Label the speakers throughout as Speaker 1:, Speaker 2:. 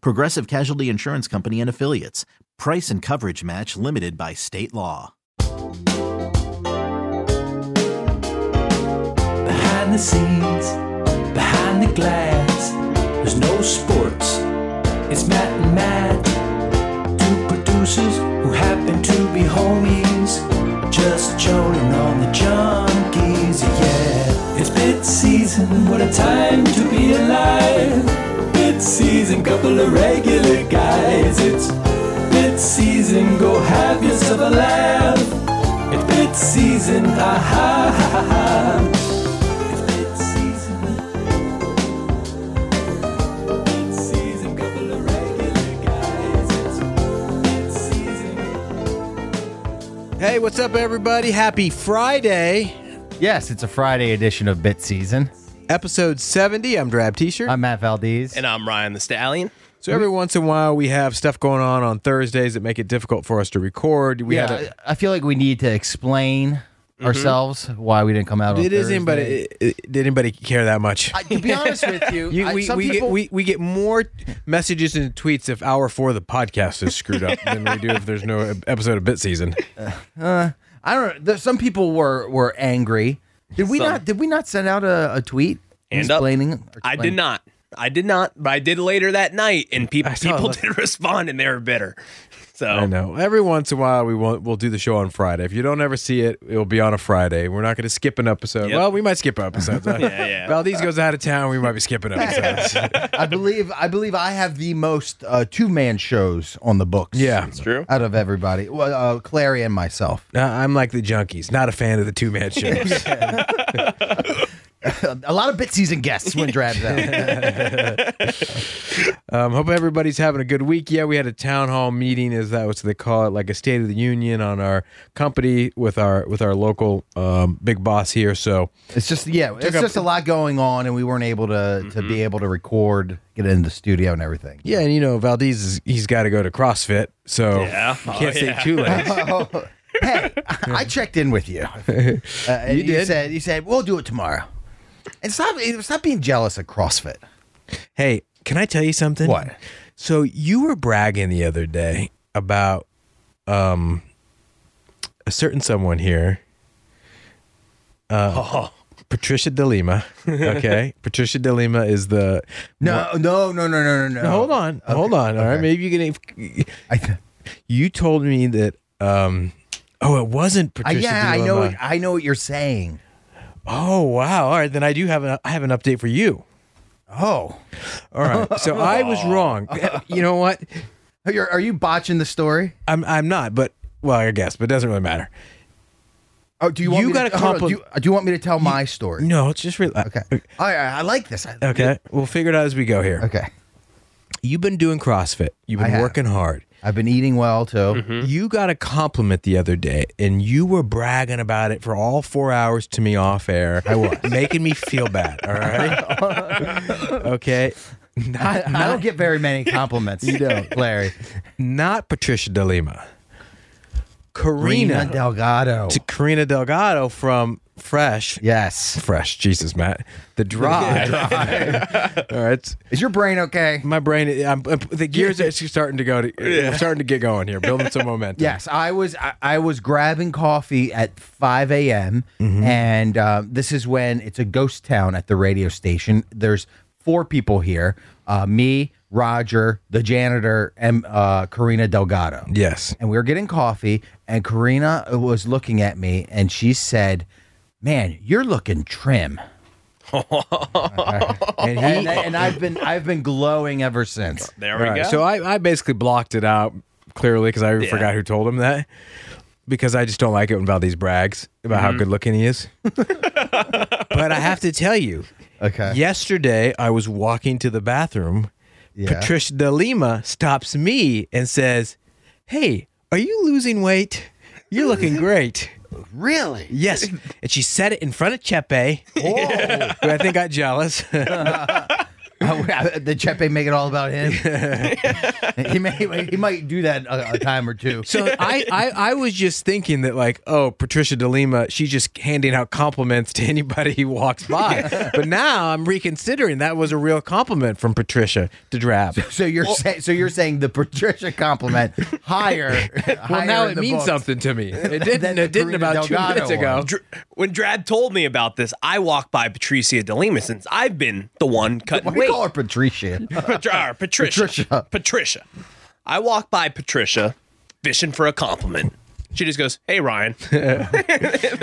Speaker 1: Progressive Casualty Insurance Company and Affiliates. Price and coverage match limited by state law.
Speaker 2: Behind the scenes, behind the glass, there's no sports. It's Matt and Matt, two producers who happen to be homies, just joning on the junkies. Yeah, it's bit season. What a time to be alive! Bit season, couple of regular guys. It's bit season. Go have yourself a laugh. It's bit season. Ah ha ha ha. ha.
Speaker 3: Hey, what's up, everybody? Happy Friday,
Speaker 4: Yes, it's a Friday edition of Bit Season.
Speaker 3: episode 70. I'm Drab T shirt.
Speaker 4: I'm Matt Valdez.
Speaker 5: And I'm Ryan the Stallion.
Speaker 3: So, every once in a while, we have stuff going on on Thursdays that make it difficult for us to record. We
Speaker 4: yeah,
Speaker 3: had a,
Speaker 4: I I feel like we need to explain
Speaker 5: Mm-hmm.
Speaker 4: ourselves why we didn't come out.
Speaker 3: did,
Speaker 4: on
Speaker 3: is
Speaker 4: Thursday.
Speaker 3: anybody, i- i- did anybody care that much?
Speaker 4: I, to be honest with you,
Speaker 3: You-
Speaker 4: I-
Speaker 3: we,
Speaker 4: some
Speaker 3: we,
Speaker 4: people,
Speaker 3: get, we, we get more messages and tweets if hour four of the podcast is screwed up than we do if there's no episode of Bit Season.
Speaker 4: I don't. There, some people were were angry. Did we
Speaker 5: Some.
Speaker 4: not? Did we not send out a, a tweet
Speaker 5: And up.
Speaker 4: explaining?
Speaker 5: I did
Speaker 4: explaining-
Speaker 5: not. I did not, but I did later that night, and people
Speaker 3: saw
Speaker 5: people
Speaker 3: that.
Speaker 5: did respond, and they were bitter.
Speaker 3: I
Speaker 5: So
Speaker 3: know. Every once in a while, we won't, we'll do the show on Friday. If you don't ever see it, it'll be on a Friday. We're not going to skip an episode.
Speaker 5: Yep.
Speaker 3: Well, we might skip episodes. yeah,
Speaker 5: yeah.
Speaker 3: Valdez goes out of town. We might be skipping episodes.
Speaker 4: I believe. I believe I have the most uh, two man shows on the books.
Speaker 3: yeah.
Speaker 5: true.
Speaker 4: out of everybody, well, uh, Clary and myself.
Speaker 3: No, I'm like the junkies. Not a fan of the two man shows.
Speaker 4: A lot of Bit Season guests when drabs out.
Speaker 3: um, hope everybody's having a good week. Yeah, we had a town hall meeting, is that what they call it? Like a state of the union on our company with our with our local um, big boss here. So
Speaker 4: It's just yeah, it's
Speaker 3: up- Mm-hmm.
Speaker 4: just a lot going on, and we weren't able to to be able to record, get in the studio, and everything.
Speaker 3: yeah, and you know Valdez is, he's got to go to CrossFit, so
Speaker 5: Yeah.
Speaker 3: you can't
Speaker 5: Oh,
Speaker 3: stay
Speaker 5: yeah.
Speaker 3: too late.
Speaker 4: Oh, hey, I checked in with you. Uh, and
Speaker 3: You did?
Speaker 4: said you said we'll do it tomorrow. And stop stop being jealous of CrossFit.
Speaker 3: Hey, can I tell you something?
Speaker 4: What?
Speaker 3: So you were bragging the other day about um a certain someone here.
Speaker 4: Oh.
Speaker 3: Uh, Patricia De Lima. Okay. Patricia De Lima is the
Speaker 4: No, no, no, no, no, no, no.
Speaker 3: Hold on. Hold on. All right.
Speaker 4: okay.
Speaker 3: Maybe you can
Speaker 4: I, th-
Speaker 3: you told me that um oh it wasn't
Speaker 4: I,
Speaker 3: Patricia
Speaker 4: Uh, yeah, I
Speaker 3: De Lima.
Speaker 4: know. what- I know what you're saying.
Speaker 3: Oh wow. All right, then I do have an I have an update for you.
Speaker 4: Oh,
Speaker 3: All right. So I was wrong. You know what?
Speaker 4: are you, are you botching the story?
Speaker 3: I'm I'm not, but well, I guess, but it doesn't really matter.
Speaker 4: Oh, do you want
Speaker 3: You
Speaker 4: me to,
Speaker 3: gotta
Speaker 4: hold on,
Speaker 3: compli-
Speaker 4: do, you, do you want me to tell my story?
Speaker 3: No, it's just relax.
Speaker 4: Okay. All right, I like this. I-
Speaker 3: Okay. We'll figure it out as we go here.
Speaker 4: Okay.
Speaker 3: You've been doing CrossFit. You've
Speaker 4: I
Speaker 3: been
Speaker 4: have.
Speaker 3: working hard.
Speaker 4: I've been eating well too.
Speaker 3: You got a compliment the other day, and you were bragging about it for all four hours to me off air. I was making me feel bad. All right. okay.
Speaker 4: I,
Speaker 3: Not,
Speaker 4: I don't
Speaker 3: not,
Speaker 4: get very many compliments. you don't, Larry.
Speaker 3: not Patricia De Lima.
Speaker 4: Rena
Speaker 3: Karina
Speaker 4: Delgado.
Speaker 3: to Karina Delgado from Fresh.
Speaker 4: yes.
Speaker 3: Fresh. Jesus, Matt. The Drive. all right.
Speaker 4: Is your brain okay?
Speaker 3: My brain, I'm, I'm- the gears are actually starting to go. To, We're starting to get going here, building some momentum.
Speaker 4: Yes, I was. I, I was grabbing coffee at 5 a.m. and uh, this is when it's a ghost town at the radio station. There's four people here: uh, me, Roger, the janitor, and uh, Karina Delgado.
Speaker 3: Yes.
Speaker 4: And we were getting coffee, and Karina was looking at me, and she said, "Man, you're looking trim."
Speaker 3: And he,
Speaker 4: And, and I've been I've been glowing ever since.
Speaker 5: There we
Speaker 3: All right,
Speaker 5: go.
Speaker 3: So I, I basically blocked it out clearly because I forgot who told him that because I just don't like it when Valdez brags about how good looking he is. but I have to tell you,
Speaker 4: Okay.
Speaker 3: yesterday I was walking to the bathroom.
Speaker 4: Yeah.
Speaker 3: Patricia de Lima stops me and says, Hey, are you losing weight? You're looking great.
Speaker 4: Really?
Speaker 3: Yes. And she said it in front of Chepe, who I think got jealous.
Speaker 4: the Chepe make it all about him. Oh. he may he might do that a, a time or two.
Speaker 3: So I, I, I was just thinking that like, oh, Patricia De Lima, she's just handing out compliments to anybody who walks by. but now I'm reconsidering that was a real compliment from Patricia to Drab.
Speaker 4: So you're say, so you're saying the Patricia compliment higher?
Speaker 3: Well,
Speaker 4: higher
Speaker 3: now
Speaker 4: in
Speaker 3: it
Speaker 4: the
Speaker 3: means
Speaker 4: books.
Speaker 3: something to me. It didn't.
Speaker 4: the
Speaker 3: It didn't
Speaker 4: Karina
Speaker 3: about two
Speaker 4: Delgado
Speaker 3: minutes ago.
Speaker 4: one.
Speaker 5: Dr- when Drab told me about this, I walked by Patricia De Lima since I've been the one cutting
Speaker 4: Why do you
Speaker 5: weight.
Speaker 4: call her Patricia?
Speaker 5: Pat- or Patricia.
Speaker 4: Patricia.
Speaker 5: Patricia. I walk by Patricia, fishing for a compliment. She just goes, "Hey, Ryan."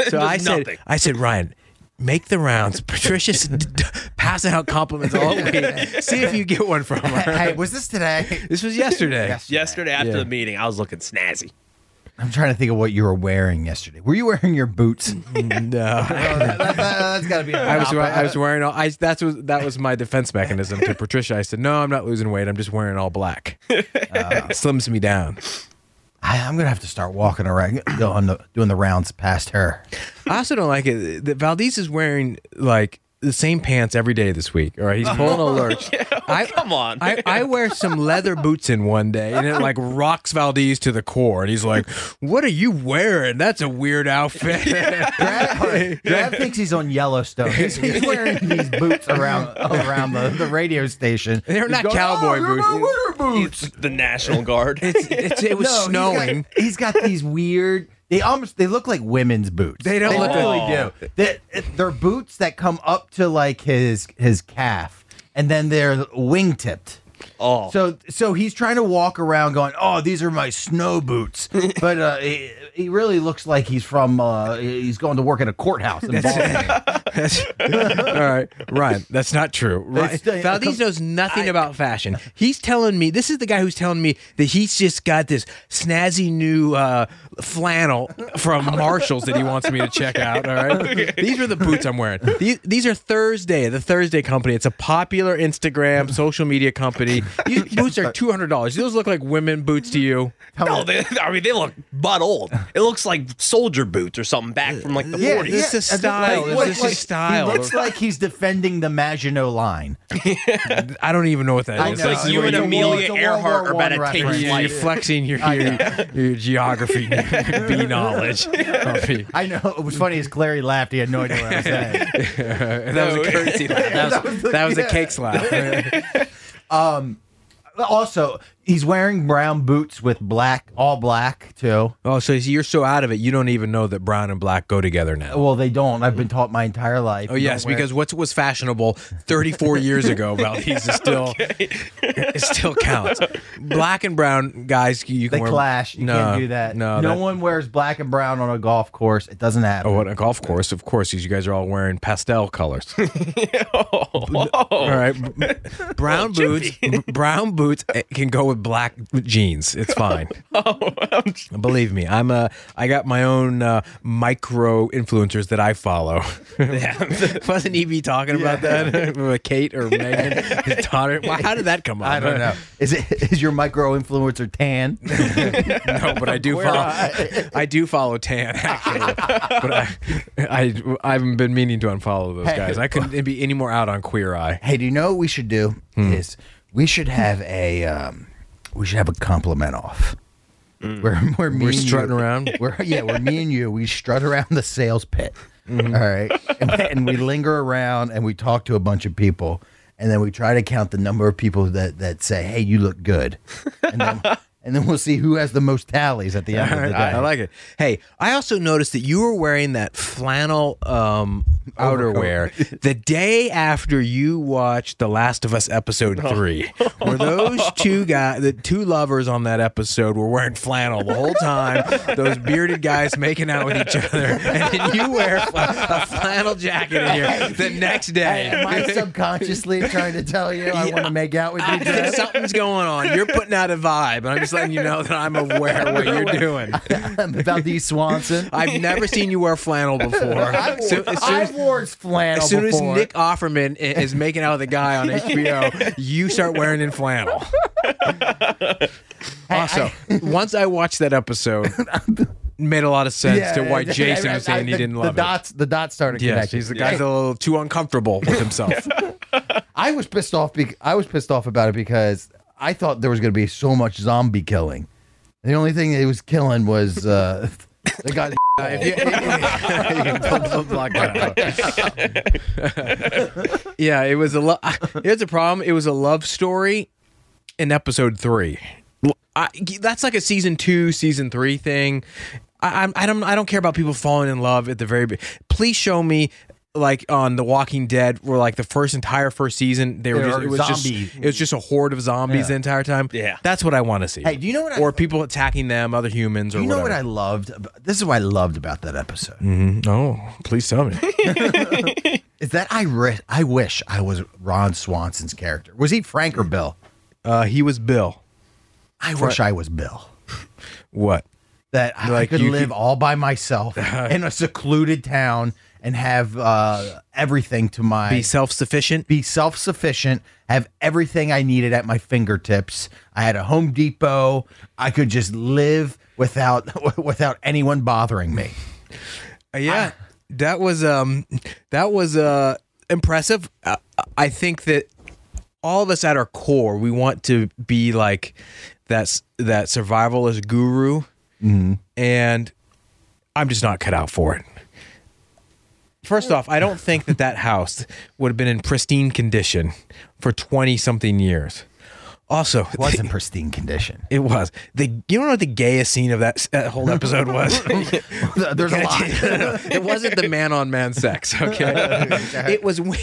Speaker 3: So I said,
Speaker 5: nothing.
Speaker 3: I said, Ryan. Make the rounds. Patricia's d- d- passing out compliments all week. See if you get one from her.
Speaker 4: hey, was this today?
Speaker 3: This was yesterday.
Speaker 5: Yesterday after
Speaker 3: Yeah.
Speaker 5: the meeting, I was looking snazzy.
Speaker 4: I'm trying to think of what you were wearing yesterday. Were you wearing your boots?
Speaker 3: No,
Speaker 4: that's got to be.
Speaker 3: I was wearing, I was wearing all. I that's was that was my defense mechanism to Patricia. I said, "No, I'm not losing weight. I'm just wearing all black. It slims me down."
Speaker 4: I, am gonna have to start walking around, doing the, doing the rounds past her.
Speaker 3: I also don't like it that Valdez is wearing like the same pants every day this week. All right,
Speaker 4: Oh,
Speaker 3: he's pulling a lurch. I,
Speaker 5: Come on.
Speaker 3: I, I wear some leather boots in one day, and it like rocks Valdez to the core, and he's like, "What are you wearing? That's a weird outfit."
Speaker 4: Brad, Brad thinks he's on Yellowstone. He's, he's wearing these boots around around the, the radio station.
Speaker 3: They're
Speaker 4: He's
Speaker 3: not
Speaker 4: going,
Speaker 3: cowboy
Speaker 4: "Oh,
Speaker 3: boots."
Speaker 4: You're not wearing boots.
Speaker 5: It's the National Guard.
Speaker 3: It's, it's, it was
Speaker 4: No,
Speaker 3: snowing.
Speaker 4: He's got, he's got these weird. They almost they look like women's boots.
Speaker 3: They don't
Speaker 4: they
Speaker 3: look
Speaker 4: really
Speaker 3: like-
Speaker 4: do. They, they're boots that come up to like his his calf, and then they're wingtipped.
Speaker 5: oh,
Speaker 4: So so he's trying to walk around going, "Oh, these are my snow boots," but uh, he, he really looks like he's from uh, he's going to work at a courthouse. In Baltimore.
Speaker 3: That's- all right, Ryan. That's not true. Ryan,
Speaker 4: still-
Speaker 3: Valdez knows nothing about fashion. He's telling me this is the guy who's telling me that he's just got this snazzy new uh, flannel from Marshalls that he wants me to check out. All right, these are the boots I'm wearing. These, these are Thursday, the Thursday company. It's a popular Instagram social media company. These boots are two hundred dollars. Those look like women boots to you.
Speaker 4: Oh.
Speaker 5: no, they, I mean they look butt old. It looks like soldier boots or something back from like the
Speaker 3: Yeah,
Speaker 5: forties.
Speaker 3: This is style.
Speaker 4: Like,
Speaker 3: This is
Speaker 4: like,
Speaker 3: style.
Speaker 4: He looks like he's defending the Maginot Line.
Speaker 3: I don't even know what that is.
Speaker 4: I know.
Speaker 3: This is
Speaker 5: you
Speaker 3: what
Speaker 5: and
Speaker 3: you-
Speaker 5: Amelia
Speaker 4: it's a World
Speaker 5: Earhart
Speaker 4: War
Speaker 5: are about
Speaker 4: One
Speaker 5: to take
Speaker 4: reference.
Speaker 3: You're,
Speaker 5: flight.
Speaker 3: you're flexing your,
Speaker 4: Oh,
Speaker 3: your, your geography your B knowledge. Humpy.
Speaker 4: I know it was funny as Clary laughed. He had no idea what I was saying.
Speaker 3: That was a currency laugh. That was, that was a cakes laugh.
Speaker 4: also, he's wearing brown boots with black, all black too.
Speaker 3: oh, so you're so out of it, you don't even know that brown and black go together now.
Speaker 4: Well, they don't. I've been taught my entire life.
Speaker 3: Oh yes, because what was fashionable 34 years ago, Valdez is still it still counts. Black and brown guys, you can
Speaker 4: they
Speaker 3: wear,
Speaker 4: clash. You
Speaker 3: no,
Speaker 4: can't do that.
Speaker 3: No,
Speaker 4: no
Speaker 3: that-
Speaker 4: one wears black and brown on a golf course. It doesn't happen.
Speaker 3: Oh, on a golf course, of course, because you guys are all wearing pastel colors. All right, b- brown boots. b- brown boots eh, can go with black jeans. It's fine.
Speaker 4: Oh,
Speaker 3: Believe me, I'm a. I got my own uh, micro influencers that I follow. Wasn't EB talking about that with Kate or Megan, his daughter? Well, how did that come up?
Speaker 4: I don't know. Is it is your micro influencer tan?
Speaker 3: no, but I do
Speaker 4: Where
Speaker 3: follow.
Speaker 4: I-
Speaker 3: I, do follow Tan actually, but I, I I haven't been meaning to unfollow those
Speaker 4: Hey.
Speaker 3: guys. I couldn't be any more out on Queer Eye.
Speaker 4: hey, do you know what we should do?
Speaker 3: Hmm.
Speaker 4: Is we should have a um, we should have a compliment off. Where where me
Speaker 3: Hmm. We're
Speaker 4: and you-
Speaker 3: strutting around.
Speaker 4: We're yeah, we're me and you. We strut around the sales pit.
Speaker 3: Mm-hmm.
Speaker 4: All right, and, and we linger around and we talk to a bunch of people, and then we try to count the number of people that that say, "Hey, you look good," and then, and then we'll see who has the most tallies at the end of the day.
Speaker 3: I, I like it. Hey, I also noticed that you were wearing that flannel um, outerwear the day after you watched The Last of Us episode three, where those two guys, the two lovers on that episode, were wearing flannel the whole time. Those bearded guys making out with each other, and then you wear a fla- a flannal jacket in here the next day.
Speaker 4: Am I subconsciously trying to tell you I want to make out with you,
Speaker 3: I think
Speaker 4: Jeff?
Speaker 3: something's going on. You're putting out a vibe, and I'm just letting you know that I'm aware of what you're doing.
Speaker 4: about these Swanson?
Speaker 3: I've never seen you wear flannel before. So, as soon,
Speaker 4: I
Speaker 3: as,
Speaker 4: wore flannel
Speaker 3: as soon as
Speaker 4: before.
Speaker 3: Nick Offerman i- is making out with a guy on HBO, you start wearing in flannel. Also, once I watched that episode, made a lot of sense to why Jason was saying he
Speaker 4: the-
Speaker 3: didn't
Speaker 4: the
Speaker 3: love it.
Speaker 4: dots, The dots started
Speaker 3: Yes,
Speaker 4: connecting.
Speaker 3: he's the guy's a little too uncomfortable with himself.
Speaker 4: I was pissed off. Be- I was pissed off about it because I thought there was going to be so much zombie killing. The only thing that was killing was uh, they got.
Speaker 3: yeah, it was a lo- here's a problem. It was a love story in episode three. I, that's like a season two, season three thing. I, I'm- I don't I don't care about people falling in love at the very. Be- Please show me. Like on The Walking Dead, where like the first entire first season, they were
Speaker 4: There
Speaker 3: just,
Speaker 4: are
Speaker 3: it was
Speaker 4: zombies.
Speaker 3: just it was just a horde of zombies the entire time.
Speaker 5: Yeah.
Speaker 3: that's what I want to see.
Speaker 4: Hey, do you know what I-
Speaker 3: Or people attacking them, other humans, or
Speaker 4: You know what I
Speaker 3: whatever. Mm.
Speaker 4: loved? ab- This is what I loved about that episode.
Speaker 3: No, Oh, please tell me.
Speaker 4: Is that I re- I wish I was Ron Swanson's character. Was he Frank
Speaker 3: Mm.
Speaker 4: or Bill?
Speaker 3: uh, he was Bill.
Speaker 4: I wish I was Bill.
Speaker 3: What?
Speaker 4: That I
Speaker 3: Like,
Speaker 4: could
Speaker 3: you
Speaker 4: live
Speaker 3: could-
Speaker 4: all by myself in a secluded town and have uh, everything to my
Speaker 3: Be self sufficient.
Speaker 4: be self sufficient, have everything I needed at my fingertips. I had a Home Depot. I could just live without without anyone bothering me.
Speaker 3: Uh, yeah, that was um, that was uh impressive. Uh, I think that all of us at our core, we want to be like that s- that survivalist guru, and I'm just not cut out for it. First off, I don't think that that house would have been in pristine condition for twenty something years. Also,
Speaker 4: It was in pristine condition.
Speaker 3: it was the you don't know what the gayest scene of that, s- that whole episode was.
Speaker 4: There's a lot.
Speaker 3: it wasn't the man on man sex, okay? it was when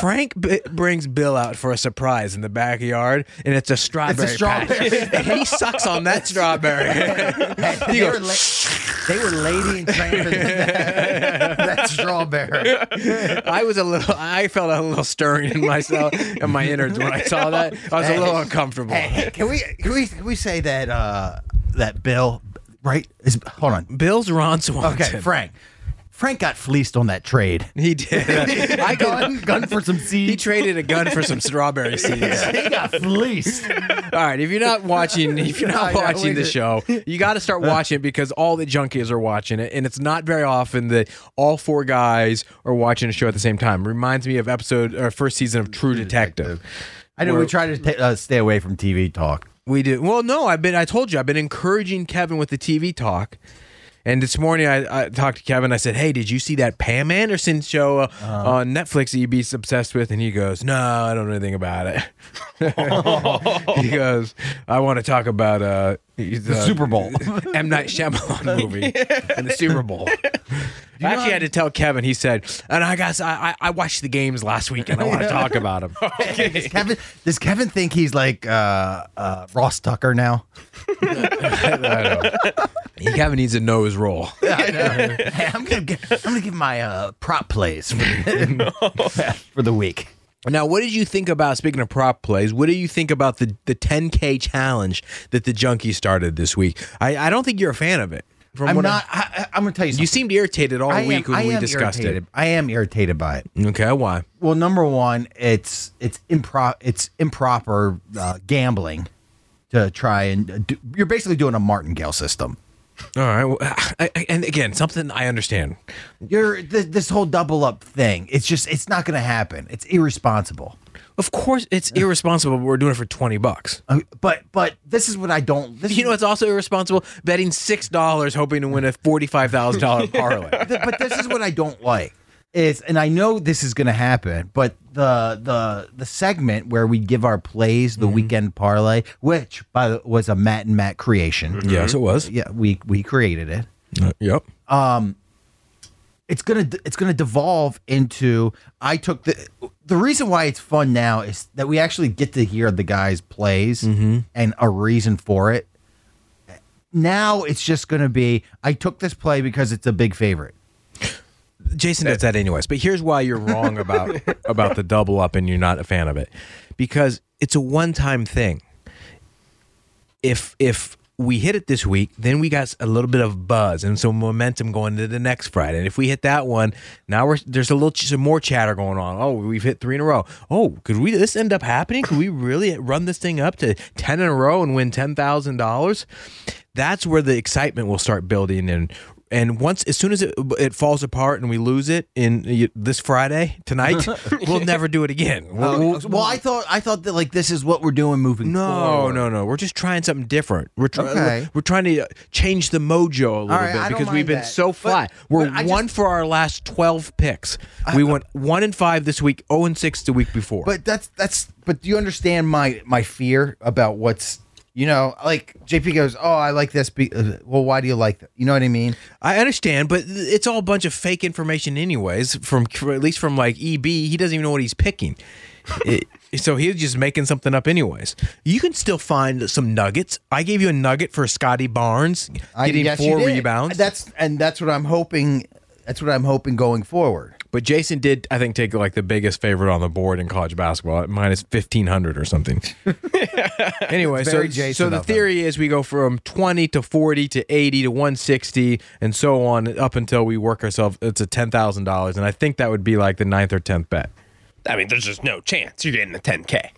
Speaker 3: Frank b- brings Bill out for a surprise in the backyard, and it's a strawberry.
Speaker 4: strawberry.
Speaker 3: patch. and he sucks on that strawberry.
Speaker 4: Hey,
Speaker 3: He
Speaker 4: they,
Speaker 3: goes,
Speaker 4: were la- they were lady and tramping that, that strawberry.
Speaker 3: I was a little, I felt a little stirring in myself and my innards when I saw that. I was a little uncomfortable.
Speaker 4: Hey, can we can we can we say that uh that Bill right is hold on.
Speaker 3: Bill's Ron Swanson.
Speaker 4: Okay, Frank. Frank got fleeced on that trade.
Speaker 3: He did. I could,
Speaker 4: gun, gun for some
Speaker 3: he
Speaker 4: seeds.
Speaker 3: traded a gun for some strawberry seeds.
Speaker 4: He got fleeced.
Speaker 3: All right, if you're not watching, if you're
Speaker 4: I
Speaker 3: not
Speaker 4: know,
Speaker 3: watching
Speaker 4: we
Speaker 3: the
Speaker 4: did.
Speaker 3: show, you got to start watching it because all the junkies are watching it, and it's not very often that all four guys are watching a show at the same time. Reminds me of episode or first season of True Detective.
Speaker 4: I know we try to ta- uh, stay away from TV talk.
Speaker 3: We do well. No, I've been. I told you, I've been encouraging Kevin with the TV talk. And this morning, I, I talked to Kevin. I said, "Hey, did you see that Pam Anderson show uh,
Speaker 4: Uh-huh.
Speaker 3: on Netflix that you'd be obsessed with?" And he goes, "No, I don't know anything about it." he goes, "I want to talk about uh, the,
Speaker 4: Super Bowl.
Speaker 3: M Night Shyamalan movie and the Super Bowl." I actually had to tell Kevin. He said, "And I guess I, I, I watched the games last week, and I want to talk about them."
Speaker 4: Does Kevin, does Kevin think he's like uh, uh, Ross Tucker now?
Speaker 3: Kevin needs to know his role.
Speaker 4: Hey, I'm gonna gi- I'm gonna give my uh, prop plays for the, for the week.
Speaker 3: Now, what did you think about speaking of prop plays? What do you think about the the 10k challenge that the junkie started this week? I, I don't think you're a fan of it. From
Speaker 4: I'm
Speaker 3: what I-
Speaker 4: not. I, I- I'm gonna tell you. Something.
Speaker 3: you seemed irritated all
Speaker 4: I am-
Speaker 3: week
Speaker 4: I
Speaker 3: when we
Speaker 4: am
Speaker 3: discussed
Speaker 4: irritated. I am irritated by it.
Speaker 3: it. Okay, why?
Speaker 4: Well, number one, it's it's impro it's improper uh, gambling to try and do, you're basically doing a martingale system.
Speaker 3: All right, well, I, I- and again, something I understand.
Speaker 4: You're th- this whole double up thing. It's just it's not going to happen. It's irresponsible.
Speaker 3: Of course, it's irresponsible. But we're doing it for 20 bucks.
Speaker 4: Uh, but but this is what I don't. This
Speaker 3: You know, it's also irresponsible betting six dollars hoping to win a forty five thousand dollar parlay.
Speaker 4: Th- but this is what I don't like. is, and I know this is going to happen, but the the the segment where we give our plays,
Speaker 3: Mm-hmm.
Speaker 4: the weekend parlay, which by the was a Matt and Matt creation.
Speaker 3: Yes, it was. Uh,
Speaker 4: Yeah, we we created it.
Speaker 3: Yep.
Speaker 4: it's gonna it's gonna devolve into I took the the reason why it's fun now is that we actually get to hear the guys plays
Speaker 3: Mm-hmm.
Speaker 4: and a reason for it. Now it's just gonna be I took this play because it's a big favorite.
Speaker 3: Jason does that anyways. But here's why you're wrong about about the double up and you're not a fan of it. Because it's a one-time thing. If if we hit it this week, then we got a little bit of buzz and some momentum going to the next Friday. And if we hit that one, now we're there's a little ch- some more chatter going on. Oh, we've hit three in a row. Oh, could we this end up happening? Could we really run this thing up to ten in a row and win ten thousand dollars? That's where the excitement will start building and and once as soon as it it falls apart and we lose it in uh, this Friday tonight, we'll never do it again. We'll- we'll-
Speaker 4: well, I thought I thought that like this is what we're doing moving.
Speaker 3: Uh, no,
Speaker 4: forward.
Speaker 3: no, no. We're just trying something different. We're trying.
Speaker 4: Okay.
Speaker 3: We're, we're trying to uh, change the mojo a little
Speaker 4: right,
Speaker 3: bit
Speaker 4: I don't
Speaker 3: because
Speaker 4: mind
Speaker 3: we've been
Speaker 4: that.
Speaker 3: so
Speaker 4: But-
Speaker 3: flat. we're
Speaker 4: but I
Speaker 3: one
Speaker 4: just-
Speaker 3: for our last twelve picks. we went one and five this week, zero and six the week before.
Speaker 4: But that's that's but do you understand my my fear about what's you know like JP goes oh I like this be- uh, well why do you like that you know what I mean
Speaker 3: I understand, but it's all a bunch of fake information, anyways. From at least from like EB, he doesn't even know what he's picking. It- so he's just making something up, anyways. You can still find some nuggets. I gave you a nugget for Scotty Barnes getting
Speaker 4: yes, you
Speaker 3: four
Speaker 4: did.
Speaker 3: rebounds.
Speaker 4: That's and that's what I'm hoping. That's what I'm hoping going forward.
Speaker 3: But Jason did, I think, take like the biggest favorite on the board in college basketball at minus fifteen hundred or something. anyway, so
Speaker 4: very Jason
Speaker 3: so the
Speaker 4: of him.
Speaker 3: theory is we go from twenty to forty to eighty to one sixty and so on up until we work ourselves to ten thousand dollars, and I think that would be like the ninth or tenth bet.
Speaker 5: I mean, there's just no chance you're getting a 10K.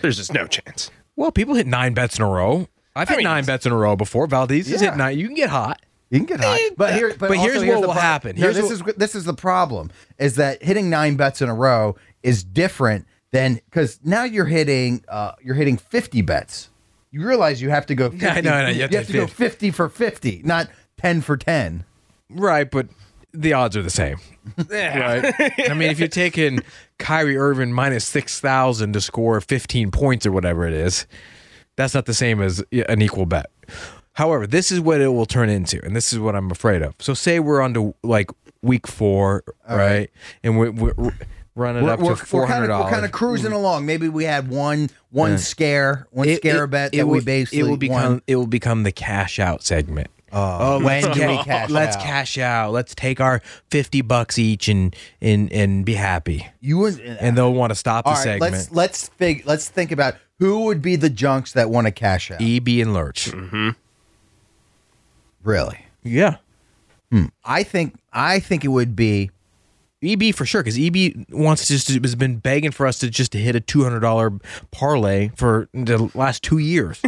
Speaker 5: There's just no chance.
Speaker 3: Well, people hit nine bets in a row. I've hit
Speaker 5: mean,
Speaker 3: nine bets in a row before. Valdez has hit
Speaker 4: Yeah.
Speaker 3: nine. You can get hot.
Speaker 4: You can get hot, but here,
Speaker 3: But here's what
Speaker 4: the
Speaker 3: will
Speaker 4: pro-
Speaker 3: happen.
Speaker 4: No,
Speaker 3: Here's
Speaker 4: this is this is the problem: is that hitting nine bets in a row is different than because now you're hitting uh, you're hitting fifty bets. You realize you have to go. 50,
Speaker 3: I know, I know, you
Speaker 4: You
Speaker 3: have
Speaker 4: have,
Speaker 3: to
Speaker 4: to
Speaker 3: hit
Speaker 4: go fifty for fifty, not ten for ten.
Speaker 3: Right, but the odds are the same. Right. I mean, if you're taking Kyrie Irving minus 6,000 to score 15 points or whatever it is, that's not the same as an equal bet. However, this is what it will turn into, and this is what I'm afraid of. So, say we're on to like week four, right? And we're, we're, we're running
Speaker 4: We're,
Speaker 3: up
Speaker 4: we're,
Speaker 3: to $400.
Speaker 4: kind of, we're kind of cruising along. Maybe we had one one scare one scare bet that we
Speaker 3: will-
Speaker 4: basically
Speaker 3: it will become
Speaker 4: won.
Speaker 3: it will become the cash out segment.
Speaker 4: Oh,
Speaker 3: let's
Speaker 4: when do
Speaker 3: ca-
Speaker 4: we cash
Speaker 3: let's
Speaker 4: out?
Speaker 3: cash out. Let's take our fifty bucks each and and and be happy.
Speaker 4: you would,
Speaker 3: And they'll want to stop the
Speaker 4: All right,
Speaker 3: segment.
Speaker 4: let's let's fig- let's think about who would be the junks that want to cash out.
Speaker 3: Eb E and Lurch.
Speaker 4: Really,
Speaker 3: Yeah,
Speaker 4: I think I think it would be
Speaker 3: Eb E for sure because Eb wants just to, has been begging for us to just to hit a two hundred dollar parlay for the last two years.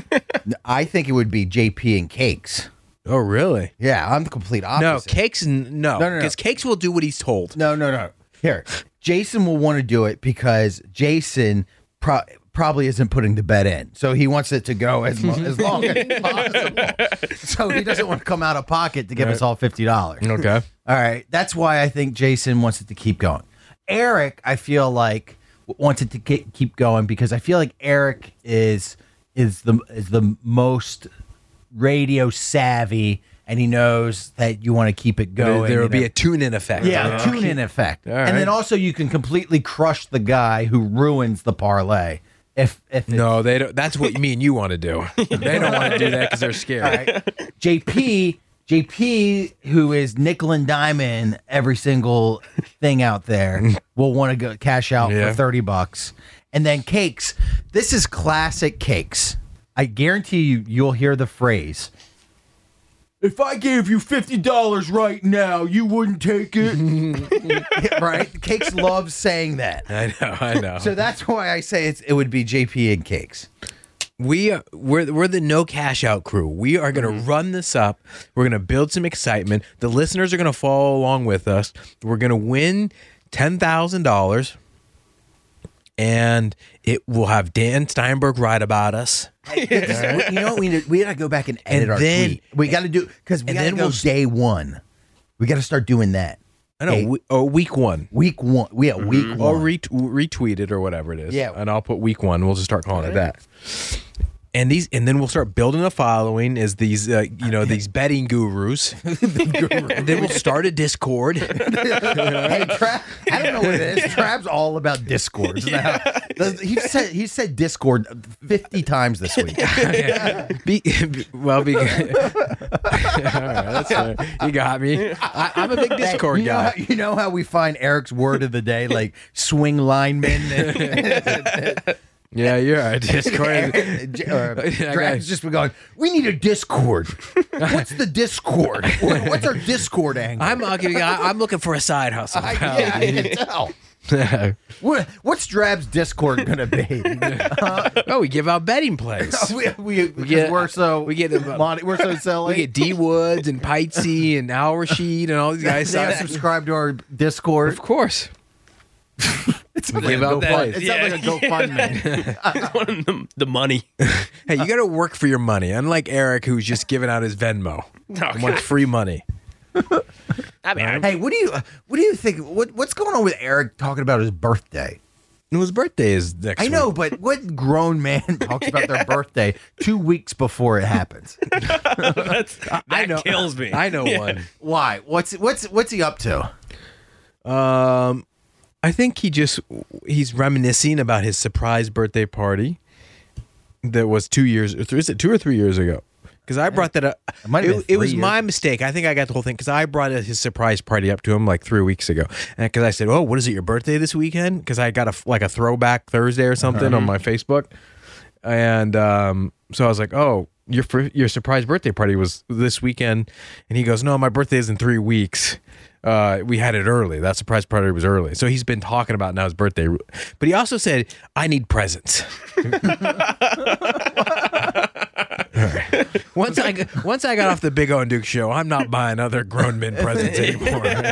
Speaker 4: I think it would be JP and Cakes.
Speaker 3: oh, really?
Speaker 4: Yeah, I'm the complete
Speaker 3: No,
Speaker 4: opposite.
Speaker 3: cakes. n- No,
Speaker 4: No, no, no.
Speaker 3: because cakes will do what he's told.
Speaker 4: No, no, no. Here, Jason will want to do it because Jason pro- probably isn't putting the bet in, so he wants it to go as, mo- as long as possible. So he doesn't want to come out of pocket to give us all fifty dollars.
Speaker 3: Okay.
Speaker 4: All right. That's why I think Jason wants it to keep going. Eric, I feel like w- wants it to ke- keep going because I feel like Eric is is the is the most radio savvy and he knows that you want to keep it going.
Speaker 3: there will
Speaker 4: you know.
Speaker 3: be a tune in effect.
Speaker 4: yeah, tune in effect.
Speaker 3: right.
Speaker 4: And then also you can completely crush the guy who ruins the parlay. If if it's-
Speaker 3: No, they don't. That's what me and you want to do. They don't want to do that because they're scared.
Speaker 4: JP, JP, who is nickel and diamond every single thing out there, will want to go cash out
Speaker 3: Yeah.
Speaker 4: for thirty bucks. And then cakes. This is classic cakes. I guarantee you, you'll hear the phrase. If I gave you fifty dollars right now, you wouldn't take it, right? Cakes loves saying that,
Speaker 3: I know. I know.
Speaker 4: so that's why I say it's, it would be JP and cakes.
Speaker 3: we are, we're we're the no cash out crew. We are going to
Speaker 4: Mm-hmm.
Speaker 3: run this up. We're going to build some excitement. The listeners are going to follow along with us. We're going to win ten thousand dollars, and it will have Dan Steinberg write about us.
Speaker 4: you know what we need? We gotta go back and edit
Speaker 3: And
Speaker 4: our
Speaker 3: then-
Speaker 4: tweet. We gotta do because we
Speaker 3: and
Speaker 4: gotta
Speaker 3: then
Speaker 4: go
Speaker 3: we'll s-
Speaker 4: day one. We gotta start doing that.
Speaker 3: I know.
Speaker 4: Hey.
Speaker 3: we- oh, week one.
Speaker 4: Week one. Yeah, week one.
Speaker 3: Or ret- retweet it or whatever it is.
Speaker 4: Yeah.
Speaker 3: And I'll put week one. We'll just start calling it that. And these, and then we'll start building a following as these, uh, you know, these betting gurus. and then we'll start a Discord.
Speaker 4: hey, Tra- I don't know what it is. Trap's all about Discord. Now, he said he said Discord fifty times this week.
Speaker 3: Be, well, be, all right, that's fair. You got me. I, I'm a big Discord
Speaker 4: you know,
Speaker 3: guy.
Speaker 4: how, you know how we find Eric's word of the day, like swing lineman.
Speaker 3: yeah, you're a Discord.
Speaker 4: or
Speaker 3: got-
Speaker 4: Trap's just been going. We need a Discord. What's the Discord? What- What's our Discord angle?
Speaker 3: I'm, uh, giving- I- I'm looking for a side hustle.
Speaker 4: I, yeah, I can tell. What, what's Drab's Discord gonna be?
Speaker 3: oh, we give out betting plays.
Speaker 4: we, we, we
Speaker 3: get-
Speaker 4: are so
Speaker 3: we get the-
Speaker 4: mod- we're so
Speaker 3: We
Speaker 4: selling.
Speaker 3: get D Woods and Pitesy and Al Rashid and all these guys.
Speaker 4: they gotta subscribe to our Discord.
Speaker 3: Of course.
Speaker 4: It's
Speaker 3: give out plays.
Speaker 4: It sounds like a GoFundMe.
Speaker 5: the, the money.
Speaker 3: Hey, you got to work for your money. Unlike Eric, who's just giving out his Venmo,
Speaker 5: God.
Speaker 3: wants free money.
Speaker 5: I mean, I-
Speaker 4: hey, what do you what do you think? What what's going on with Eric talking about his birthday?
Speaker 3: And his birthday is next.
Speaker 4: I know,
Speaker 3: week.
Speaker 4: but what grown man talks about their birthday two weeks before it happens?
Speaker 5: that's, that
Speaker 3: I know.
Speaker 5: kills me.
Speaker 3: I know one.
Speaker 4: Why? What's what's what's he up to?
Speaker 3: I think he just he's reminiscing about his surprise birthday party that was two years. or th- Is it two or three years ago? Because I brought that up. It,
Speaker 4: might have been
Speaker 3: it was
Speaker 4: three
Speaker 3: my mistake. I think I got the whole thing because I brought his surprise party up to him like three weeks ago, and because I said, "Oh, what is it? Your birthday this weekend?" Because I got a like a throwback Thursday or something
Speaker 4: Uh-huh.
Speaker 3: on my Facebook, and um, so I was like, "Oh." Your fr- your surprise birthday party was this weekend, and he goes, "No, my birthday is in three weeks." uh, we had it early. That surprise party was early. So he's been talking about now his birthday. But he also said, I need presents. once I g- once I got off the Big O and Duke show, I'm not buying other grown men presents anymore.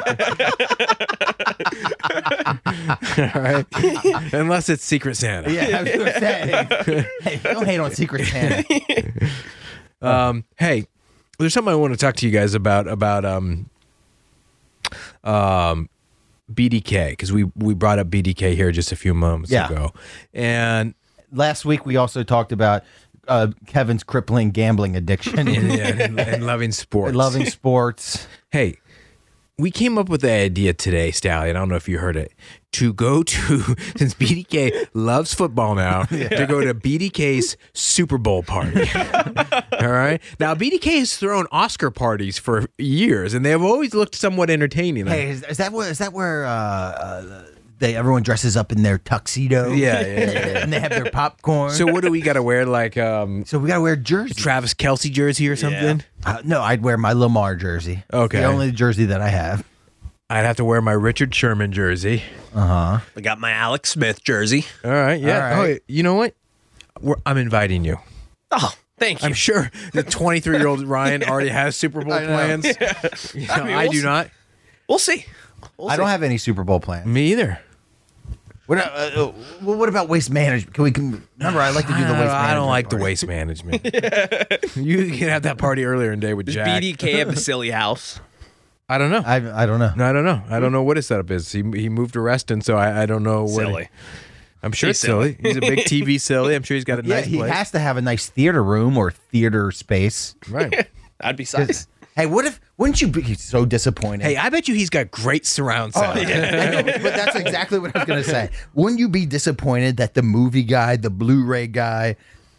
Speaker 3: All right. Unless it's Secret Santa.
Speaker 4: Yeah, I was gonna say, hey, don't hate on Secret Santa.
Speaker 3: Hey, there's something I want to talk to you guys about about um um BDK because we we brought up BDK here just a few moments
Speaker 4: Yeah.
Speaker 3: ago, and
Speaker 4: Last week we also talked about uh, Kevin's crippling gambling addiction and,
Speaker 3: yeah, and, and loving sports,
Speaker 4: loving sports.
Speaker 3: Hey, we came up with the idea today, Stallion. I don't know if you heard it. To go to since BDK loves football now, to go to BDK's Super Bowl party. All right. Now BDK has thrown Oscar parties for years, and they have always looked somewhat entertaining.
Speaker 4: Hey, is, is that where is that where uh, uh, they everyone dresses up in their tuxedo?
Speaker 3: Yeah, yeah, yeah.
Speaker 4: and they have their popcorn.
Speaker 3: So
Speaker 4: So,
Speaker 3: what do we got to wear? Like um,
Speaker 4: so we gotta wear jerseys.
Speaker 3: Travis Kelsey jersey or something?
Speaker 4: Uh, no, I'd wear my Lamar jersey.
Speaker 3: Okay.
Speaker 4: the only jersey that I have.
Speaker 3: I'd have to wear my Richard Sherman jersey.
Speaker 5: I got my Alex Smith jersey.
Speaker 3: All right. Yeah.
Speaker 4: All right.
Speaker 3: Oh, you know what? We're, I'm inviting you.
Speaker 5: Oh, thank you.
Speaker 3: I'm sure the 23 year old Ryan already has Super Bowl
Speaker 4: know.
Speaker 3: plans. You know, I,
Speaker 5: mean, we'll
Speaker 3: do
Speaker 5: see.
Speaker 3: not.
Speaker 5: we'll see. We'll
Speaker 4: I don't
Speaker 5: see.
Speaker 4: have any Super Bowl plans.
Speaker 3: Me either.
Speaker 4: What, uh, uh, well, what about waste management? Can we can, remember? I like to do the waste.
Speaker 3: I, don't- I
Speaker 4: management
Speaker 3: don't like
Speaker 4: part.
Speaker 3: the waste management. You can have that party earlier in the day with
Speaker 5: Does
Speaker 3: Jack.
Speaker 5: BDK have a silly house?
Speaker 3: I don't know. I,
Speaker 4: I I don't know.
Speaker 3: I don't know. I don't know what his setup is. He, he moved to Reston, so I, I don't know what.
Speaker 5: Silly.
Speaker 3: I'm sure
Speaker 5: He's
Speaker 3: it's silly. He's a big TV silly. I'm sure he's got a
Speaker 4: yeah,
Speaker 3: nice
Speaker 4: he
Speaker 3: place.
Speaker 4: has to have a nice theater room or theater space.
Speaker 3: right.
Speaker 5: I'd be psyched.
Speaker 4: Hey, what if? Wouldn't you be so disappointed?
Speaker 3: Hey, I bet you he's got great surround sound.
Speaker 4: I know, but that's exactly what I was going to say. Wouldn't you be disappointed that the movie guy, the Blu-ray guy,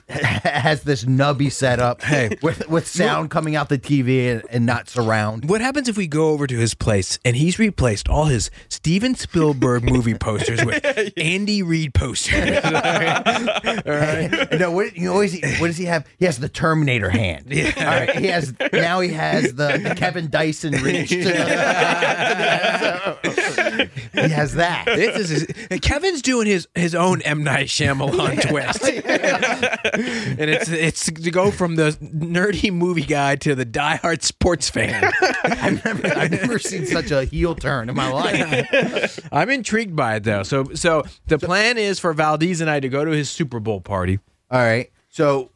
Speaker 4: has this nubby setup
Speaker 3: Hey.
Speaker 4: with, with sound coming out the TV and, and not surround?
Speaker 3: What happens if we go over to his place and he's replaced all his Steven Spielberg movie posters with Andy Reid posters?
Speaker 4: no, what, you always what does he have? He has the Terminator hand. All right, he has now he has the, the Kevin Dyson reach. To the, to the- he has that.
Speaker 3: This is his- Kevin's doing his his own M Night Shyamalan twist, and it's it's to go from the nerdy movie guy to the diehard sports fan.
Speaker 4: I've never, I've never seen such a heel turn in my life.
Speaker 3: I'm intrigued by it though. So so the plan is for Valdez and I to go to his Super Bowl party.
Speaker 4: All right. So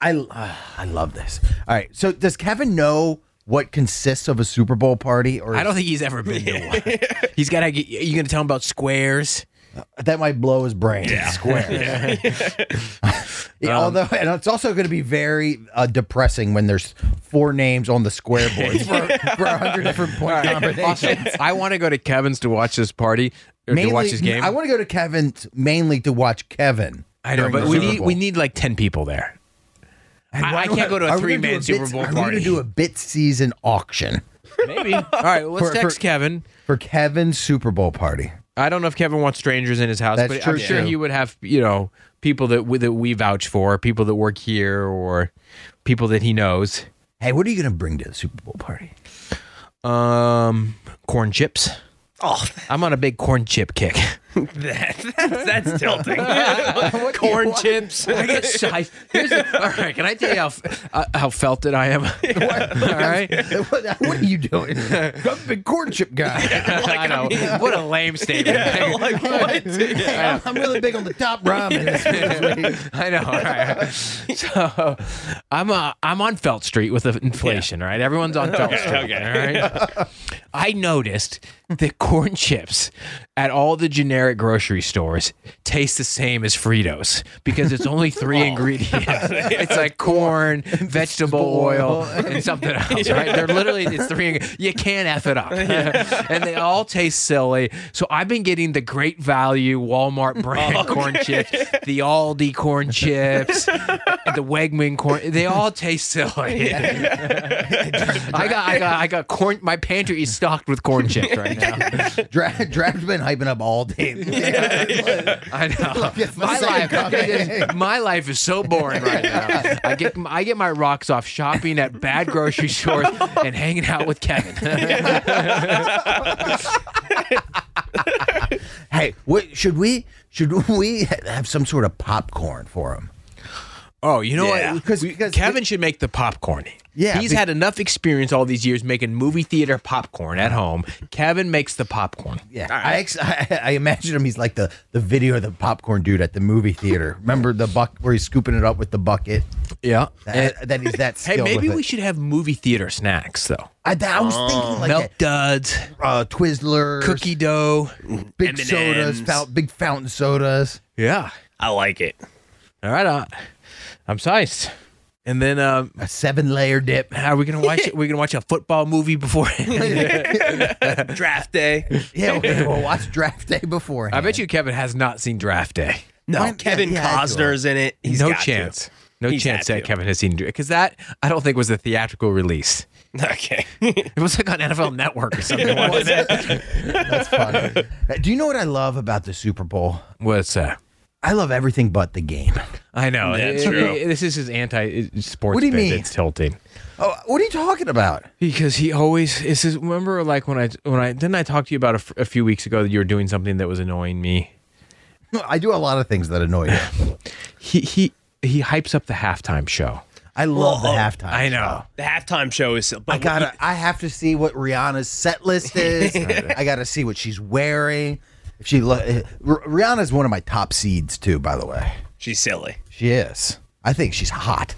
Speaker 4: I uh, I love this. All right. So does Kevin know what consists of a Super Bowl party, or
Speaker 3: I don't think he's ever been to one. He's got to. You going to tell him about squares?
Speaker 4: that might blow his brain. Square. Yeah, Although, and it's also going to be very uh, depressing when there's four names on the square boards for, for a hundred different point
Speaker 3: Also,
Speaker 4: combinations.
Speaker 3: I want to go to Kevin's to watch this party or to watch this game.
Speaker 4: I want to go to Kevin's mainly to watch Kevin.
Speaker 3: I know,
Speaker 4: during the
Speaker 3: but we
Speaker 4: Super
Speaker 3: need
Speaker 4: Bowl.
Speaker 3: we need like ten people there. I, I can't go to
Speaker 4: Are
Speaker 3: a
Speaker 4: we
Speaker 3: three
Speaker 4: gonna do
Speaker 3: man
Speaker 4: a
Speaker 3: Super
Speaker 4: bit-
Speaker 3: Bowl
Speaker 4: are we gonna
Speaker 3: party.
Speaker 4: do a bit season auction
Speaker 3: Maybe. All right, well, let's
Speaker 4: For-
Speaker 3: text
Speaker 4: for-
Speaker 3: Kevin.
Speaker 4: for Kevin's Super Bowl party.
Speaker 3: I don't know if Kevin wants strangers in his house,
Speaker 4: That's
Speaker 3: but
Speaker 4: true,
Speaker 3: I'm sure
Speaker 4: too.
Speaker 3: he would have you know people that we, that we vouch for, people that work here, or people that he knows.
Speaker 4: Hey, what are you going to bring to the Super Bowl party?
Speaker 3: Um, corn chips.
Speaker 5: Oh,
Speaker 3: I'm on a big corn chip kick.
Speaker 5: that, that's, that's tilting.
Speaker 3: corn chips. I get shy. Here's the- all right, can I tell you how f- uh, how felted I am? all right.
Speaker 4: what, what are you doing? I'm a big corn chip guy.
Speaker 3: I know. what a lame statement.
Speaker 5: like what?
Speaker 4: I'm, I'm really big on the top ramen.
Speaker 3: I know. All right. So I'm uh, I'm on Felt Street with the inflation. Right, everyone's on Felt Street.
Speaker 5: okay.
Speaker 3: All right. I noticed that corn chips at all the generic grocery stores taste the same as Fritos because it's only three ingredients. Oh. It's like corn, vegetable oil, and something else. Right? They're literally it's three. ing- You can't f it up, and they all taste silly. So I've been getting the great value Walmart brand corn chips, the Aldi corn chips, and the Wegman corn. They all taste silly. I got, I got, I got corn. My pantry is stocked with corn chips right now.
Speaker 4: Dra- Draft's been hyping up all day.
Speaker 3: I know.
Speaker 4: It's the
Speaker 3: My
Speaker 4: same
Speaker 3: life,
Speaker 4: company.
Speaker 3: it is- my life is so boring right now. I get, I get my rocks off shopping at bad grocery stores and hanging out with Kevin.
Speaker 4: Hey, what should we should we have some sort of popcorn for him?
Speaker 3: oh, you know
Speaker 4: Yeah.
Speaker 3: what?
Speaker 4: Because-
Speaker 3: We-
Speaker 4: because-
Speaker 3: Kevin should make the popcorn.
Speaker 4: Yeah,
Speaker 3: he's
Speaker 4: be-
Speaker 3: had enough experience all these years making movie theater popcorn at home. Kevin makes the popcorn.
Speaker 4: Yeah, I, ex- I I imagine him. He's like the the video of the popcorn dude at the movie theater. Remember the buck where he's scooping it up with the bucket?
Speaker 3: Yeah.
Speaker 4: That, that he's that.
Speaker 3: hey,
Speaker 4: skilled
Speaker 3: maybe
Speaker 4: with
Speaker 3: we
Speaker 4: it.
Speaker 3: should have movie theater snacks though.
Speaker 4: I, I was thinking like
Speaker 3: Milk
Speaker 4: that,
Speaker 3: duds,
Speaker 4: uh, Twizzlers,
Speaker 3: cookie dough.
Speaker 4: big
Speaker 5: M&Ms.
Speaker 4: sodas, fou- big fountain sodas.
Speaker 3: Yeah.
Speaker 5: I like it.
Speaker 3: All right, uh, I'm sized. And then, um,
Speaker 4: A seven layer dip.
Speaker 3: are we gonna watch? we gonna watch a football movie before?
Speaker 5: Draft day.
Speaker 4: Yeah, we'll, we'll watch draft day beforehand.
Speaker 3: I bet you Kevin has not seen Draft Day.
Speaker 5: No,
Speaker 4: Why-
Speaker 5: Kevin
Speaker 4: yeah, yeah, I do.
Speaker 5: Costner's in it. He's
Speaker 3: no
Speaker 5: got to.
Speaker 3: chance. No
Speaker 5: He's
Speaker 3: chance
Speaker 5: had
Speaker 3: that
Speaker 5: to.
Speaker 3: Kevin has seen because that I don't think was the theatrical release.
Speaker 5: Okay.
Speaker 3: It was like on NFL Network or something. wasn't it?
Speaker 4: That's funny. Uh, Do you know what I love about the Super Bowl?
Speaker 3: What's uh,
Speaker 4: I love everything but the game.
Speaker 3: I know.
Speaker 5: That's
Speaker 3: It- it-
Speaker 5: true.
Speaker 3: this is his anti-sports.
Speaker 4: What do you
Speaker 3: bit
Speaker 4: mean?
Speaker 3: That's tilting.
Speaker 4: Oh, what are you talking about?
Speaker 3: Because he always is. His, remember, like when I when I didn't I talk to you about a f- a few weeks ago that you were doing something that was annoying me.
Speaker 4: I do a lot of things that annoy you.
Speaker 3: He he he hypes up the halftime show.
Speaker 4: I love the
Speaker 5: Well,
Speaker 4: halftime.
Speaker 3: I
Speaker 4: show.
Speaker 3: know.
Speaker 5: The halftime show is. But
Speaker 4: I gotta. I have to see what Rihanna's set list is. I gotta see what she's wearing. If she lo- eh, R- Rihanna's one of my top seeds too. By the way,
Speaker 5: She's silly.
Speaker 4: she is. I think she's hot.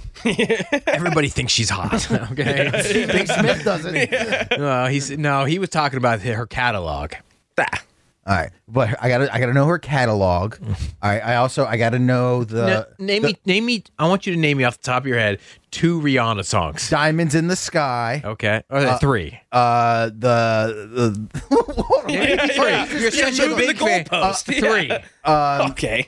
Speaker 3: Everybody thinks she's hot. Okay.
Speaker 4: Big Smith doesn't.
Speaker 3: no, he's no. He was talking about her catalog.
Speaker 5: Bah.
Speaker 4: All right, but I gotta. I gotta know her catalog.
Speaker 3: Mm-hmm.
Speaker 4: All right. I also. I gotta know the
Speaker 3: No, name me. Name me. I want you to name me off the top of your head two Rihanna songs.
Speaker 4: diamonds in the sky.
Speaker 3: Okay. Or three.
Speaker 4: Uh, the the
Speaker 3: You're such a
Speaker 5: move
Speaker 3: big
Speaker 5: the
Speaker 3: fan. Uh,
Speaker 5: goalpost.
Speaker 3: three.
Speaker 4: Um,
Speaker 5: okay.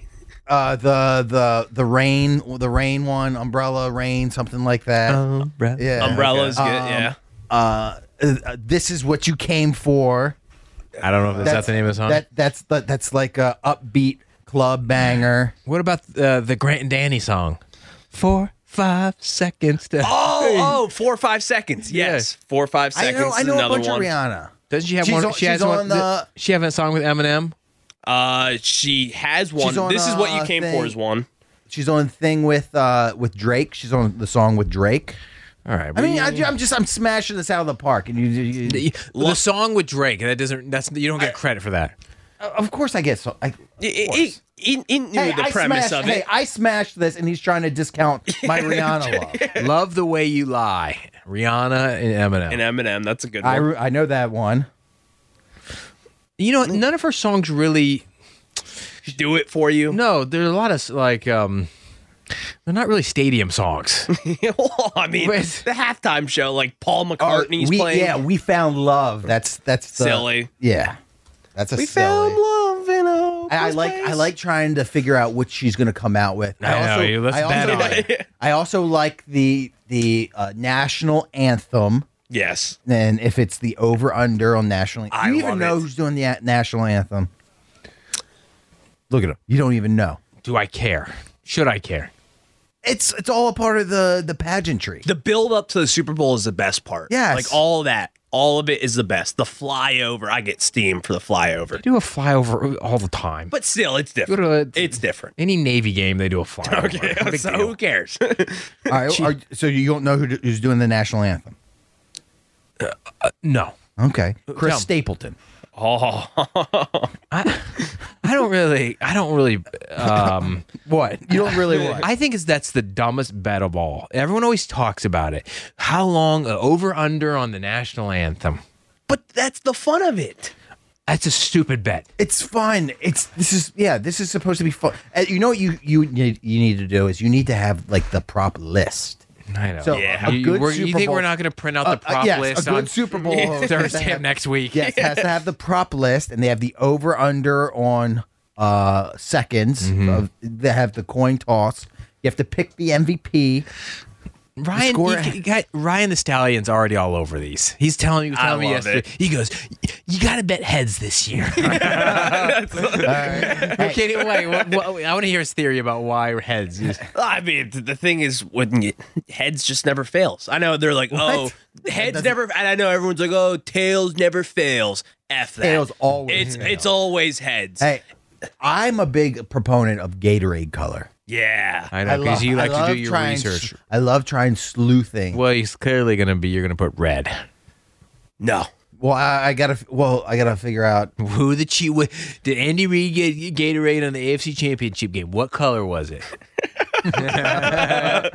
Speaker 4: uh, the the the rain the rain one umbrella rain something like that.
Speaker 3: Um,
Speaker 4: yeah.
Speaker 5: Umbrella's good.
Speaker 4: Um,
Speaker 5: yeah.
Speaker 4: uh, uh, this is what you came for.
Speaker 3: I don't know if that's, that the name of the song.
Speaker 4: That that's the, that's like a upbeat club banger.
Speaker 3: what about uh, the Grant and Danny song? Four, five seconds. To-
Speaker 5: Oh, oh, four or five seconds. Yes, four or five
Speaker 4: I
Speaker 5: seconds.
Speaker 4: know I know
Speaker 5: is
Speaker 4: a
Speaker 5: another
Speaker 4: bunch
Speaker 5: one.
Speaker 4: of Rihanna.
Speaker 3: Doesn't she have
Speaker 4: She's
Speaker 3: one?
Speaker 4: on-
Speaker 3: she has
Speaker 4: she's
Speaker 3: one.
Speaker 4: on the-
Speaker 3: she have a song with Eminem.
Speaker 5: Uh, she has one.
Speaker 4: She's on
Speaker 5: This is what you
Speaker 4: a
Speaker 5: came
Speaker 4: thing.
Speaker 5: for is one.
Speaker 4: She's on thing with uh with Drake. She's on the song with Drake.
Speaker 3: All right.
Speaker 4: I mean, I, am just I'm smashing this out of the park, and you. you- you-
Speaker 3: the song with Drake. That doesn't. That's you don't get credit for that.
Speaker 4: of course, I get so. I,
Speaker 5: He, he, he, he knew
Speaker 4: Hey,
Speaker 5: the
Speaker 4: I
Speaker 5: premise
Speaker 4: smashed,
Speaker 5: of
Speaker 4: hey,
Speaker 5: it.
Speaker 4: I smashed this, and he's trying to discount my Rihanna love.
Speaker 3: Love the way you lie. Rihanna and Eminem.
Speaker 5: And Eminem, that's a good
Speaker 4: I,
Speaker 5: one.
Speaker 4: re- I know that one.
Speaker 3: you know, none of her songs really.
Speaker 5: Do it for you.
Speaker 3: No, there are a lot of like. um They're not really stadium songs.
Speaker 5: I mean,
Speaker 3: Wait.
Speaker 5: the halftime show, like Paul McCartney's
Speaker 4: Oh, we,
Speaker 5: playing.
Speaker 4: Yeah, we found love. That's that's the,
Speaker 5: Silly.
Speaker 4: Yeah, that's a
Speaker 5: we
Speaker 4: silly.
Speaker 5: found love in a.
Speaker 4: I, I like I like trying to figure out what she's going to come out with.
Speaker 3: I know, you- let's
Speaker 4: I
Speaker 3: bet
Speaker 4: also,
Speaker 3: on
Speaker 5: it.
Speaker 4: I also like the the uh, national anthem.
Speaker 5: Yes.
Speaker 4: And if it's the over under on national,
Speaker 5: I
Speaker 4: you even
Speaker 5: love
Speaker 4: know
Speaker 5: it.
Speaker 4: who's doing the a- national anthem. Look at him. You don't even know.
Speaker 3: Do I care? Should I care?
Speaker 4: It's it's all a part of the the pageantry.
Speaker 5: The build up to the Super Bowl is the best part.
Speaker 4: Yes.
Speaker 5: Like all that. All of it is the best. The flyover. I get steam for the flyover.
Speaker 3: They do a flyover all the time.
Speaker 5: But still, it's
Speaker 3: Go to
Speaker 5: different.
Speaker 3: a-
Speaker 5: It's different.
Speaker 3: any Navy game, they do a flyover. No
Speaker 5: Okay.
Speaker 3: big
Speaker 5: so
Speaker 3: deal.
Speaker 5: who cares?
Speaker 4: All right, are- so you don't know who, d- who's doing the national anthem.
Speaker 3: no,
Speaker 4: Okay, Chris
Speaker 3: Tell 'em.
Speaker 4: Stapleton.
Speaker 5: oh,
Speaker 3: I don't really. I don't really. Um,
Speaker 4: What you don't really want?
Speaker 3: I think it's that's the dumbest bet of all. Everyone always talks about it. How long uh, over under on the national anthem?
Speaker 5: but that's the fun of it.
Speaker 3: That's a stupid bet.
Speaker 4: It's fun. It's this is yeah. This is supposed to be fun. And you know what you you need, you need to do is you need to have like the prop list.
Speaker 3: I know.
Speaker 4: So
Speaker 5: Yeah.
Speaker 4: a
Speaker 3: you,
Speaker 4: good
Speaker 3: we're- you
Speaker 4: Super
Speaker 3: think
Speaker 4: Bowl,
Speaker 3: we're not going to print out
Speaker 4: uh,
Speaker 3: the prop
Speaker 4: uh, yes,
Speaker 3: list
Speaker 4: a good
Speaker 3: on
Speaker 4: Super Bowl has to
Speaker 3: Thursday
Speaker 4: have-
Speaker 3: of next week?
Speaker 4: Yes, has to have the prop list, and they have the over under on uh seconds.
Speaker 3: Mm-hmm.
Speaker 4: Of, they have the coin toss. You have to pick the MVP.
Speaker 3: Ryan,
Speaker 4: score-
Speaker 3: you, you got, Ryan the Stallion's already all over these. He's telling you,
Speaker 5: I
Speaker 3: telling me
Speaker 5: love
Speaker 3: yesterday.
Speaker 5: it.
Speaker 3: He goes, "You got to bet heads this year."
Speaker 4: Uh, Hey,
Speaker 3: Okay, wait, what, what, I want to hear his theory about why heads. is-
Speaker 5: I mean, th- the thing is, when you, heads just never fails. I know they're like, oh, heads never, and I know everyone's like, oh, tails never fails. F that.
Speaker 4: Tails always
Speaker 5: It's
Speaker 4: fails.
Speaker 5: it's always heads.
Speaker 4: hey, I'm a big proponent of Gatorade color.
Speaker 5: Yeah.
Speaker 3: I know because
Speaker 4: love-
Speaker 3: you
Speaker 4: I
Speaker 3: like to
Speaker 4: love
Speaker 3: do your
Speaker 4: trying-
Speaker 3: research.
Speaker 4: I love trying sleuthing.
Speaker 3: well, he's clearly going to be. You're going to put red.
Speaker 5: no.
Speaker 4: Well, I, I gotta. Well, I gotta figure out.
Speaker 3: Who the cheat? Did Andy Reid get Gatorade on the AFC Championship game? What color was it?
Speaker 4: Why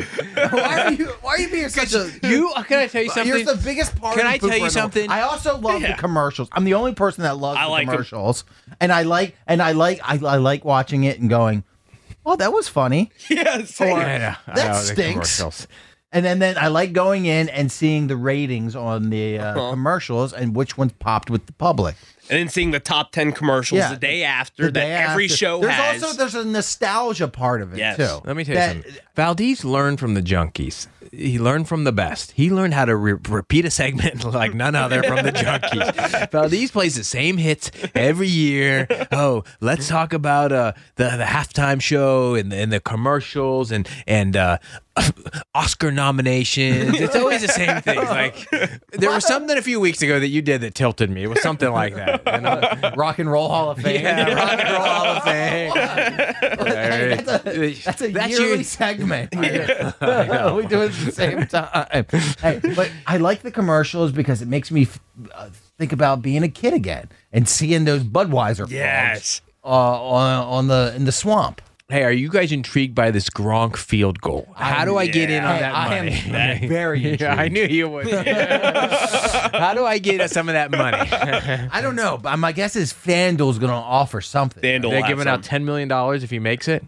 Speaker 4: are you? Why are you being such a?
Speaker 3: You can I tell you something?
Speaker 4: You're the biggest part.
Speaker 3: Can I tell you something?
Speaker 4: I also love
Speaker 5: Yeah.
Speaker 4: the commercials. I'm the only person that loves
Speaker 5: I
Speaker 4: the
Speaker 5: like 'em.
Speaker 4: commercials, and I like and I like I, I like watching it and going, "Oh, that was funny,"
Speaker 5: Yeah. same.
Speaker 3: I know, I
Speaker 4: That
Speaker 3: know, the
Speaker 4: stinks.
Speaker 3: commercials.
Speaker 4: and then then I like going in and seeing the ratings on the uh,
Speaker 5: Uh-huh.
Speaker 4: commercials and which ones popped with the public.
Speaker 5: and then seeing the top 10 commercials the day after
Speaker 4: The
Speaker 5: that
Speaker 4: day
Speaker 5: every
Speaker 4: after.
Speaker 5: show
Speaker 4: there's
Speaker 5: has.
Speaker 4: also there's a nostalgia part of it
Speaker 5: Yes.
Speaker 4: too.
Speaker 3: Let me tell you
Speaker 4: That-
Speaker 3: something. Valdez learned from the junkies. He learned from the best. He learned how to re- repeat a segment like none other from the junkies. Valdez plays the same hits every year. Oh, let's talk about uh, the the halftime show and and the commercials and and. Uh, Oscar nominations. It's always the same thing. Like there was something a few weeks ago that you did that tilted me. It was something like that. you know?
Speaker 4: Rock and Roll Hall of Fame.
Speaker 3: Yeah, rock and roll Hall of Fame.
Speaker 4: That's a
Speaker 3: That's
Speaker 4: yearly
Speaker 3: your-
Speaker 4: segment. we do it at the same time. Hey, but I like the commercials because it makes me f- uh, think about being a kid again and seeing those Budweiser frogs,
Speaker 5: yes.
Speaker 4: uh, on, on the in the swamp.
Speaker 3: Hey, are you guys intrigued by this Gronk field goal? How do I get in
Speaker 5: yeah.
Speaker 3: on
Speaker 4: Hey,
Speaker 3: that
Speaker 4: I am
Speaker 3: money?
Speaker 4: very
Speaker 3: Yeah, I knew you would. How do I get some of that money?
Speaker 4: I don't know, but my guess is FanDuel's going to offer something.
Speaker 5: Vandal
Speaker 3: They're
Speaker 5: has
Speaker 3: giving out
Speaker 5: them.
Speaker 3: ten million dollars if he makes it.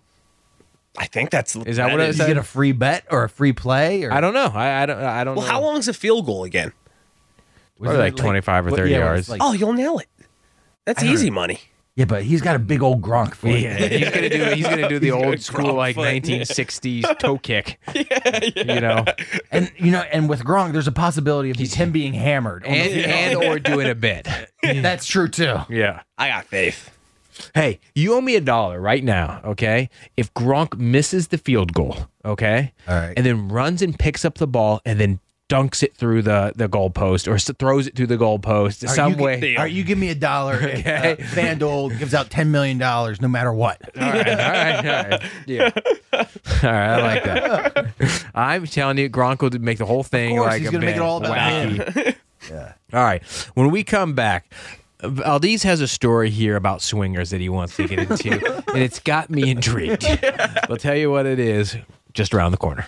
Speaker 5: I think that's
Speaker 3: Is that what it
Speaker 4: you
Speaker 3: is?
Speaker 4: get a free bet or a free play, or
Speaker 3: I don't know. I, I don't. I don't
Speaker 5: Well,
Speaker 3: know.
Speaker 5: how long's a field goal again?
Speaker 4: Wasn't
Speaker 3: Probably
Speaker 4: it
Speaker 3: like 25 or
Speaker 4: what-
Speaker 3: 30
Speaker 4: yeah, it was
Speaker 3: yards.
Speaker 4: like-
Speaker 5: Oh, you'll nail it. That's easy money.
Speaker 4: yeah, but he's got a big old Gronk for you.
Speaker 3: Yeah, he's gonna do. He's gonna do the old school
Speaker 5: Gronk
Speaker 3: like
Speaker 5: foot.
Speaker 3: 1960s toe kick. You know,
Speaker 4: And you know, and with Gronk, there's a possibility of him being hammered. on the
Speaker 3: and
Speaker 4: field.
Speaker 3: and or doing a bit.
Speaker 4: That's true too.
Speaker 3: Yeah.
Speaker 5: I got faith.
Speaker 3: Hey, you owe me a dollar right now, okay? If Gronk misses the field goal, okay,
Speaker 4: All right.
Speaker 3: and then runs and picks up the ball and then dunks it through the the goalpost or s- throws it through the goalpost
Speaker 4: All right,
Speaker 3: some
Speaker 4: you gi-
Speaker 3: way.
Speaker 4: all right, you give me a dollar. okay.
Speaker 3: Okay.
Speaker 4: Uh, FanDuel gives out ten million dollars no matter what.
Speaker 3: all right, all right, all right, yeah, all right. I like that. I'm telling you, Gronk will make the whole thing
Speaker 4: Of course,
Speaker 3: like
Speaker 4: he's
Speaker 3: a
Speaker 4: gonna make
Speaker 3: bit
Speaker 4: it all about
Speaker 3: wacky. All right. When we come back, Valdez has a story here about swingers that he wants to get into, and it's got me intrigued. I'll tell you what it is just around the corner.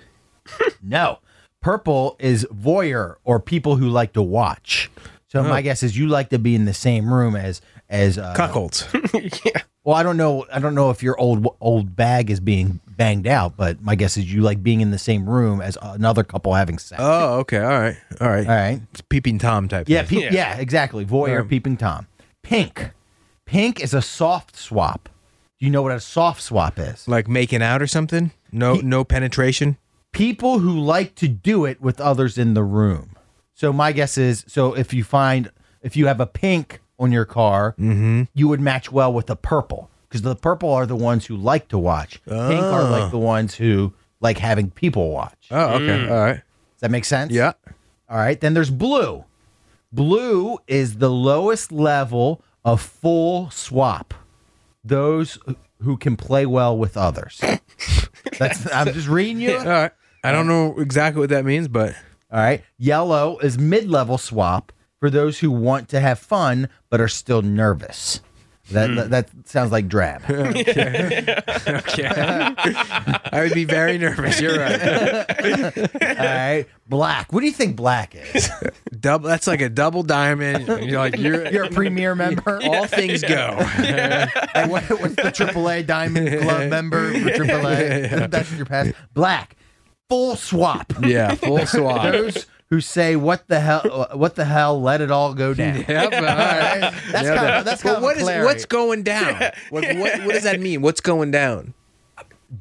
Speaker 4: No. Purple is voyeur or people who like to watch. So my guess is you like to be in the same room as as uh,
Speaker 3: Cuckolds.
Speaker 4: Well, I don't know. I don't know if your old old bag is being banged out, but my guess is you like being in the same room as another couple having sex.
Speaker 3: Oh, okay. All right. All right.
Speaker 4: All right.
Speaker 3: It's peeping tom type.
Speaker 4: Uh, Yeah,
Speaker 3: thing.
Speaker 4: peep, yeah. exactly. Voyeur, peeping tom. Pink. Pink is a soft swap. Do you know what a soft swap is?
Speaker 3: Like making out or something. No, no penetration.
Speaker 4: People who like to do it with others in the room. So my guess is, so if you find if you have a pink on your car, you would match well with a purple because the purple are the ones who like to watch. Pink are like the ones who like having people watch.
Speaker 3: Oh, okay. All right.
Speaker 4: Does that make sense?
Speaker 3: Yeah.
Speaker 4: All right. Then there's blue. Blue is the lowest level of full swap. Those who can play well with others. That's, I'm just reading you.
Speaker 3: All right. I don't know exactly what that means, but
Speaker 4: All right. Yellow is mid level swap for those who want to have fun but are still nervous. That,
Speaker 3: Hmm.
Speaker 4: that, that sounds like drab.
Speaker 3: I would be very nervous. You're right.
Speaker 4: All right. Black. What do you think black is?
Speaker 3: Double. That's like a double diamond. You're like you're.
Speaker 4: You're a premier member.
Speaker 3: all things
Speaker 4: And what, what's the AAA Diamond Club member for AAA? That's your pass. Black, full swap.
Speaker 3: go. yeah, full swap.
Speaker 4: Those who say what the hell, what the hell, let it all go down.
Speaker 3: Yep. all
Speaker 4: All
Speaker 3: right.
Speaker 4: right,
Speaker 3: Yeah,
Speaker 4: that's kind
Speaker 3: but-
Speaker 4: of that's
Speaker 3: but
Speaker 4: kind
Speaker 3: what
Speaker 4: of
Speaker 3: is
Speaker 4: Clary.
Speaker 3: what's going down? Like, what, what does that mean? What's going down?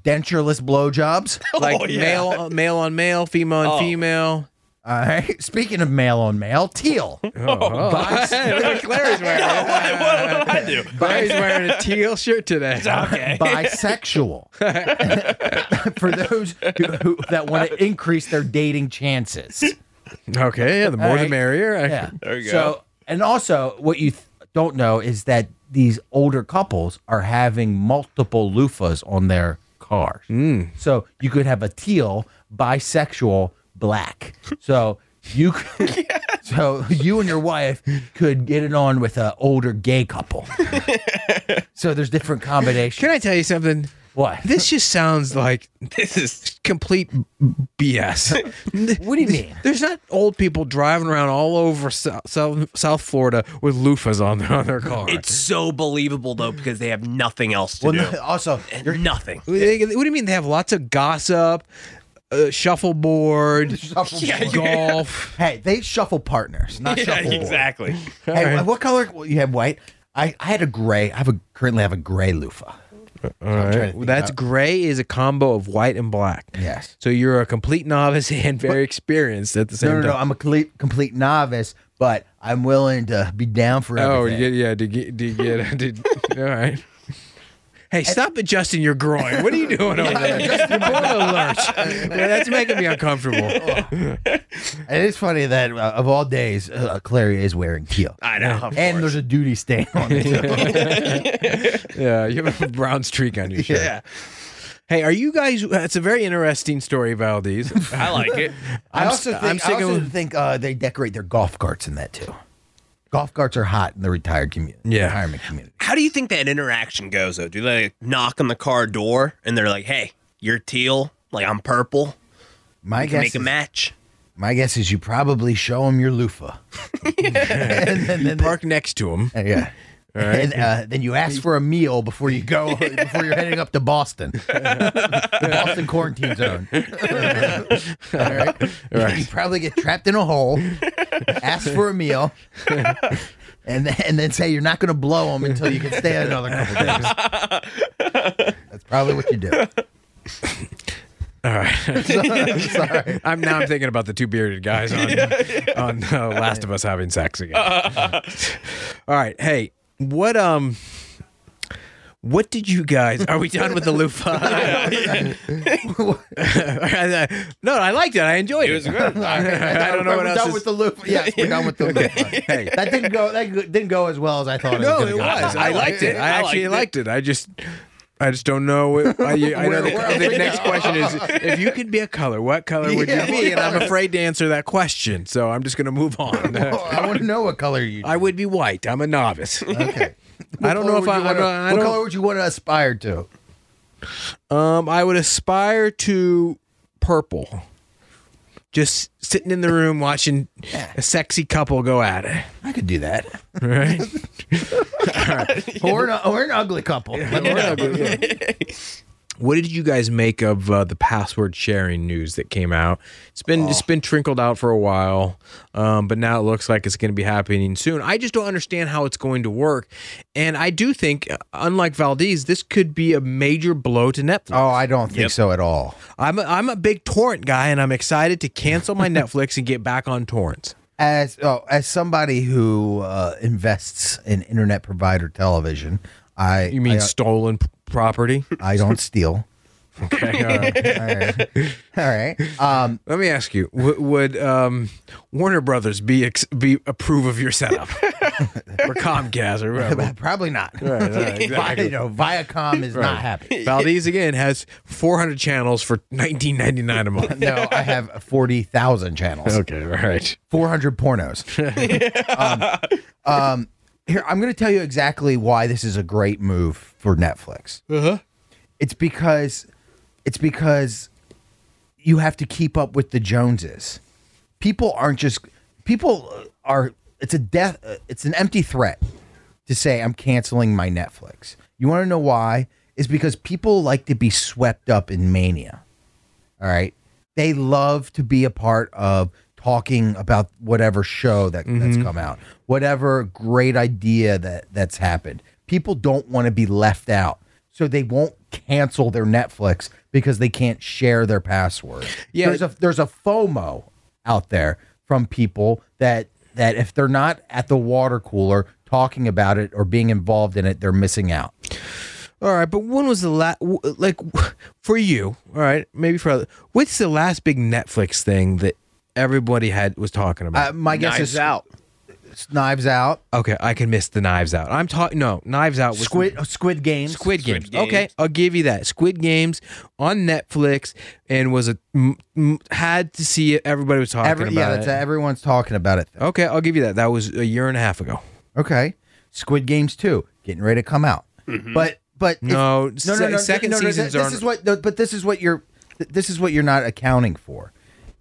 Speaker 4: dentureless blowjobs.
Speaker 3: Like male male on male, female on female.
Speaker 4: All right. Speaking of male on male, teal. Box-
Speaker 3: Clary's wearing.
Speaker 5: what, what did I do?
Speaker 3: Clary's wearing a teal shirt today.
Speaker 5: Okay.
Speaker 4: bisexual for those who, who, that want to increase their dating chances.
Speaker 3: Okay, yeah, the more the
Speaker 4: Alright.
Speaker 3: merrier. I-
Speaker 4: Yeah.
Speaker 5: There you
Speaker 4: So, and also, what you th- don't know is that these older couples are having multiple loofahs on their cars. So you could have a teal, bisexual, black. So you, could, so you and your wife could get it on with an older gay couple. so there's different combinations.
Speaker 3: Can I tell you something?
Speaker 4: what?
Speaker 3: This just sounds like
Speaker 5: This is
Speaker 3: complete BS.
Speaker 4: What do you mean?
Speaker 3: There's not old people driving around all over South, South, South Florida with loofahs on their on their car.
Speaker 5: it's so believable though because they have nothing else to
Speaker 4: Well,
Speaker 5: do.
Speaker 4: no, also,
Speaker 5: You're nothing.
Speaker 3: They- what do you mean they have lots of gossip, uh, shuffleboard, golf?
Speaker 4: hey, they shuffle partners, not
Speaker 5: Yeah,
Speaker 4: shuffle.
Speaker 5: exactly.
Speaker 4: Hey, what color? Well, you have white. I, I had a gray. I have a currently have a gray loofah.
Speaker 3: Alright, That's gray is a combo of white and black.
Speaker 4: Yes.
Speaker 3: So you're a complete novice and very experienced at the same
Speaker 4: No, no, no.
Speaker 3: time.
Speaker 4: I'm a complete, complete novice, but I'm willing to be down for
Speaker 3: oh,
Speaker 4: everything.
Speaker 3: yeah, yeah. Did you get? Did, all right. Hey, stop adjusting your groin. What are you doing over there? Your groin alert. Yeah, that's making me uncomfortable.
Speaker 4: And it's funny that uh, of all days, uh, Clary is wearing teal.
Speaker 5: I know. of
Speaker 4: And there's a duty stain on it.
Speaker 3: Yeah, you have a brown streak on your
Speaker 5: course.
Speaker 3: shirt.
Speaker 5: Yeah,
Speaker 3: Hey, are you guys? It's a very interesting story, Valdez.
Speaker 5: I like it.
Speaker 4: I
Speaker 3: I'm
Speaker 4: also
Speaker 3: st-
Speaker 4: think,
Speaker 3: I'm
Speaker 4: I also
Speaker 3: sticking with-
Speaker 4: think uh, they decorate their golf carts in that too. Golf carts are hot in the retired community.
Speaker 3: Yeah.
Speaker 4: Retirement community.
Speaker 5: How do you think that interaction goes though? Do they knock on the car door and they're like, "Hey, you're teal, like I'm purple.
Speaker 4: My
Speaker 5: We can
Speaker 4: guess,
Speaker 5: make a
Speaker 4: is,
Speaker 5: match."
Speaker 4: my guess is you probably show them your loofah. and then, then
Speaker 3: Park next to him.
Speaker 4: they- Uh, yeah. And uh, then you ask for a meal before you go before you're heading up to Boston, the Boston quarantine zone. All right, you probably get trapped in a hole. Ask for a meal, and then, and then say you're not going to blow them until you can stay another couple days. That's probably what you do.
Speaker 3: All right.
Speaker 4: Sorry.
Speaker 3: I'm now. I'm thinking about the two bearded guys on on uh, Last of Us having sex again. All right. Hey, what um. What did you guys? Are we done with the loofah? no, I liked it. I enjoyed it. I don't know
Speaker 4: We're
Speaker 3: what else.
Speaker 4: done
Speaker 3: is-
Speaker 4: with the loop. Yes, we're done with the loop.
Speaker 3: Hey.
Speaker 4: That didn't go. That didn't go as well as I thought. it
Speaker 3: No,
Speaker 4: was
Speaker 3: it
Speaker 4: gonna go.
Speaker 3: was. I liked it. I,
Speaker 5: I
Speaker 3: actually liked it. I just, I just don't know. What, I, I know
Speaker 4: Where-
Speaker 3: the,
Speaker 4: where
Speaker 3: the
Speaker 4: we
Speaker 3: next
Speaker 4: go.
Speaker 3: question is: If you could be a color, what color would
Speaker 4: Yeah,
Speaker 3: you be? And I'm
Speaker 4: what-
Speaker 3: afraid to answer that question, so I'm just going to move on.
Speaker 4: Oh, I want to know what color you.
Speaker 3: I would be white. I'm a novice.
Speaker 4: Okay.
Speaker 3: I don't know if I. I
Speaker 4: want
Speaker 3: don't,
Speaker 4: to.
Speaker 3: I
Speaker 4: What
Speaker 3: don't-
Speaker 4: color would you want to aspire to?
Speaker 3: Um, I would aspire to purple. Just sitting in the room watching a sexy couple go at it.
Speaker 4: I could do that.
Speaker 3: Right?
Speaker 4: Or, an, or an ugly couple.
Speaker 3: What did you guys make of uh, the password sharing news that came out? It's been it's been trickled out for a while, um, but now it looks like it's going to be happening soon. I just don't understand how it's going to work, and I do think, uh, unlike Valdez, this could be a major blow to Netflix.
Speaker 4: Oh, I don't think so at all.
Speaker 3: I'm a, I'm a big torrent guy, and I'm excited to cancel my Netflix and get back on torrents.
Speaker 4: As oh, as somebody who uh, invests in internet provider television, I
Speaker 3: You mean
Speaker 4: I,
Speaker 3: stolen p- property?
Speaker 4: I don't steal.
Speaker 3: Okay. all right.
Speaker 4: All right. Um,
Speaker 3: Let me ask you: Would, would um, Warner Brothers be ex- be approve of your setup or Comcast or whatever?
Speaker 4: probably not.
Speaker 3: right, exactly.
Speaker 4: you know, Viacom is not happy.
Speaker 3: Valdez again has 400 channels for 19.99 a month.
Speaker 4: No, I have forty thousand channels.
Speaker 3: Okay, all right.
Speaker 4: 400 pornos. um, um, here, I'm going to tell you exactly why this is a great move for Netflix. Uh-huh. It's because it's because you have to keep up with the Joneses. People aren't just people are. It's a death. uh, It's an empty threat to say I'm canceling my Netflix. You want to know why? Is because people like to be swept up in mania. All right. They love to be a part of talking about whatever show that, that's come out, whatever great idea that that's happened. People don't want to be left out. So they won't cancel their Netflix because they can't share their password.
Speaker 3: Yeah.
Speaker 4: There's a there's a FOMO out there from people that that if they're not at the water cooler talking about it or being involved in it, they're missing out.
Speaker 3: All right, but when was the last, like, w- for you, all right, maybe for other, what's the last big Netflix thing that everybody had was talking
Speaker 4: Uh,
Speaker 3: about?
Speaker 4: my guess
Speaker 5: Knives
Speaker 4: is
Speaker 5: out.
Speaker 4: it's Knives Out,
Speaker 3: okay, I can miss the Knives Out. I'm talking, no, Knives Out was
Speaker 4: Squid uh, Squid Games.
Speaker 3: Squid Games.
Speaker 5: Games.
Speaker 3: Okay, I'll give you that. Squid Games on Netflix and was a m- m- had to see it. Everybody was talking
Speaker 4: Every,
Speaker 3: about
Speaker 4: yeah,
Speaker 3: it. Oh.
Speaker 4: that's a, everyone's talking about it.
Speaker 3: Okay, I'll give you that. That was a year and a half ago.
Speaker 4: Okay, Squid Games two getting ready to come out, but but if-
Speaker 3: No, se- second
Speaker 4: th-
Speaker 3: seasons
Speaker 4: This
Speaker 3: aren't-
Speaker 4: is what, th- but this is what you're, th- this is what you're not accounting for,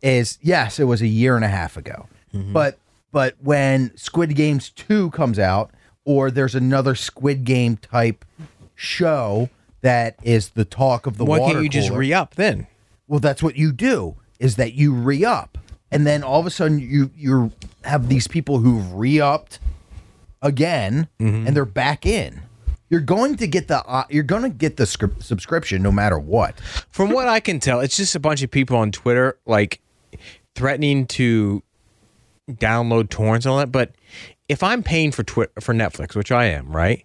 Speaker 4: is yes, it was a year and a half ago,
Speaker 3: Mm-hmm.
Speaker 4: but but when Squid Games two comes out, or there's another Squid Game type show that is the talk of the
Speaker 3: Why
Speaker 4: water
Speaker 3: can't you just
Speaker 4: cooler-
Speaker 3: re up then?
Speaker 4: well, that's what you do is that you re up, and then all of a sudden you you have these people who've re upped again,
Speaker 3: Mm-hmm.
Speaker 4: and they're back in. You're going to get the uh, you're going to get the scrip- subscription no matter what.
Speaker 3: From what I can tell, it's just a bunch of people on Twitter like threatening to download torrents and all that. But if I'm paying for Twitter for Netflix, which I am, right?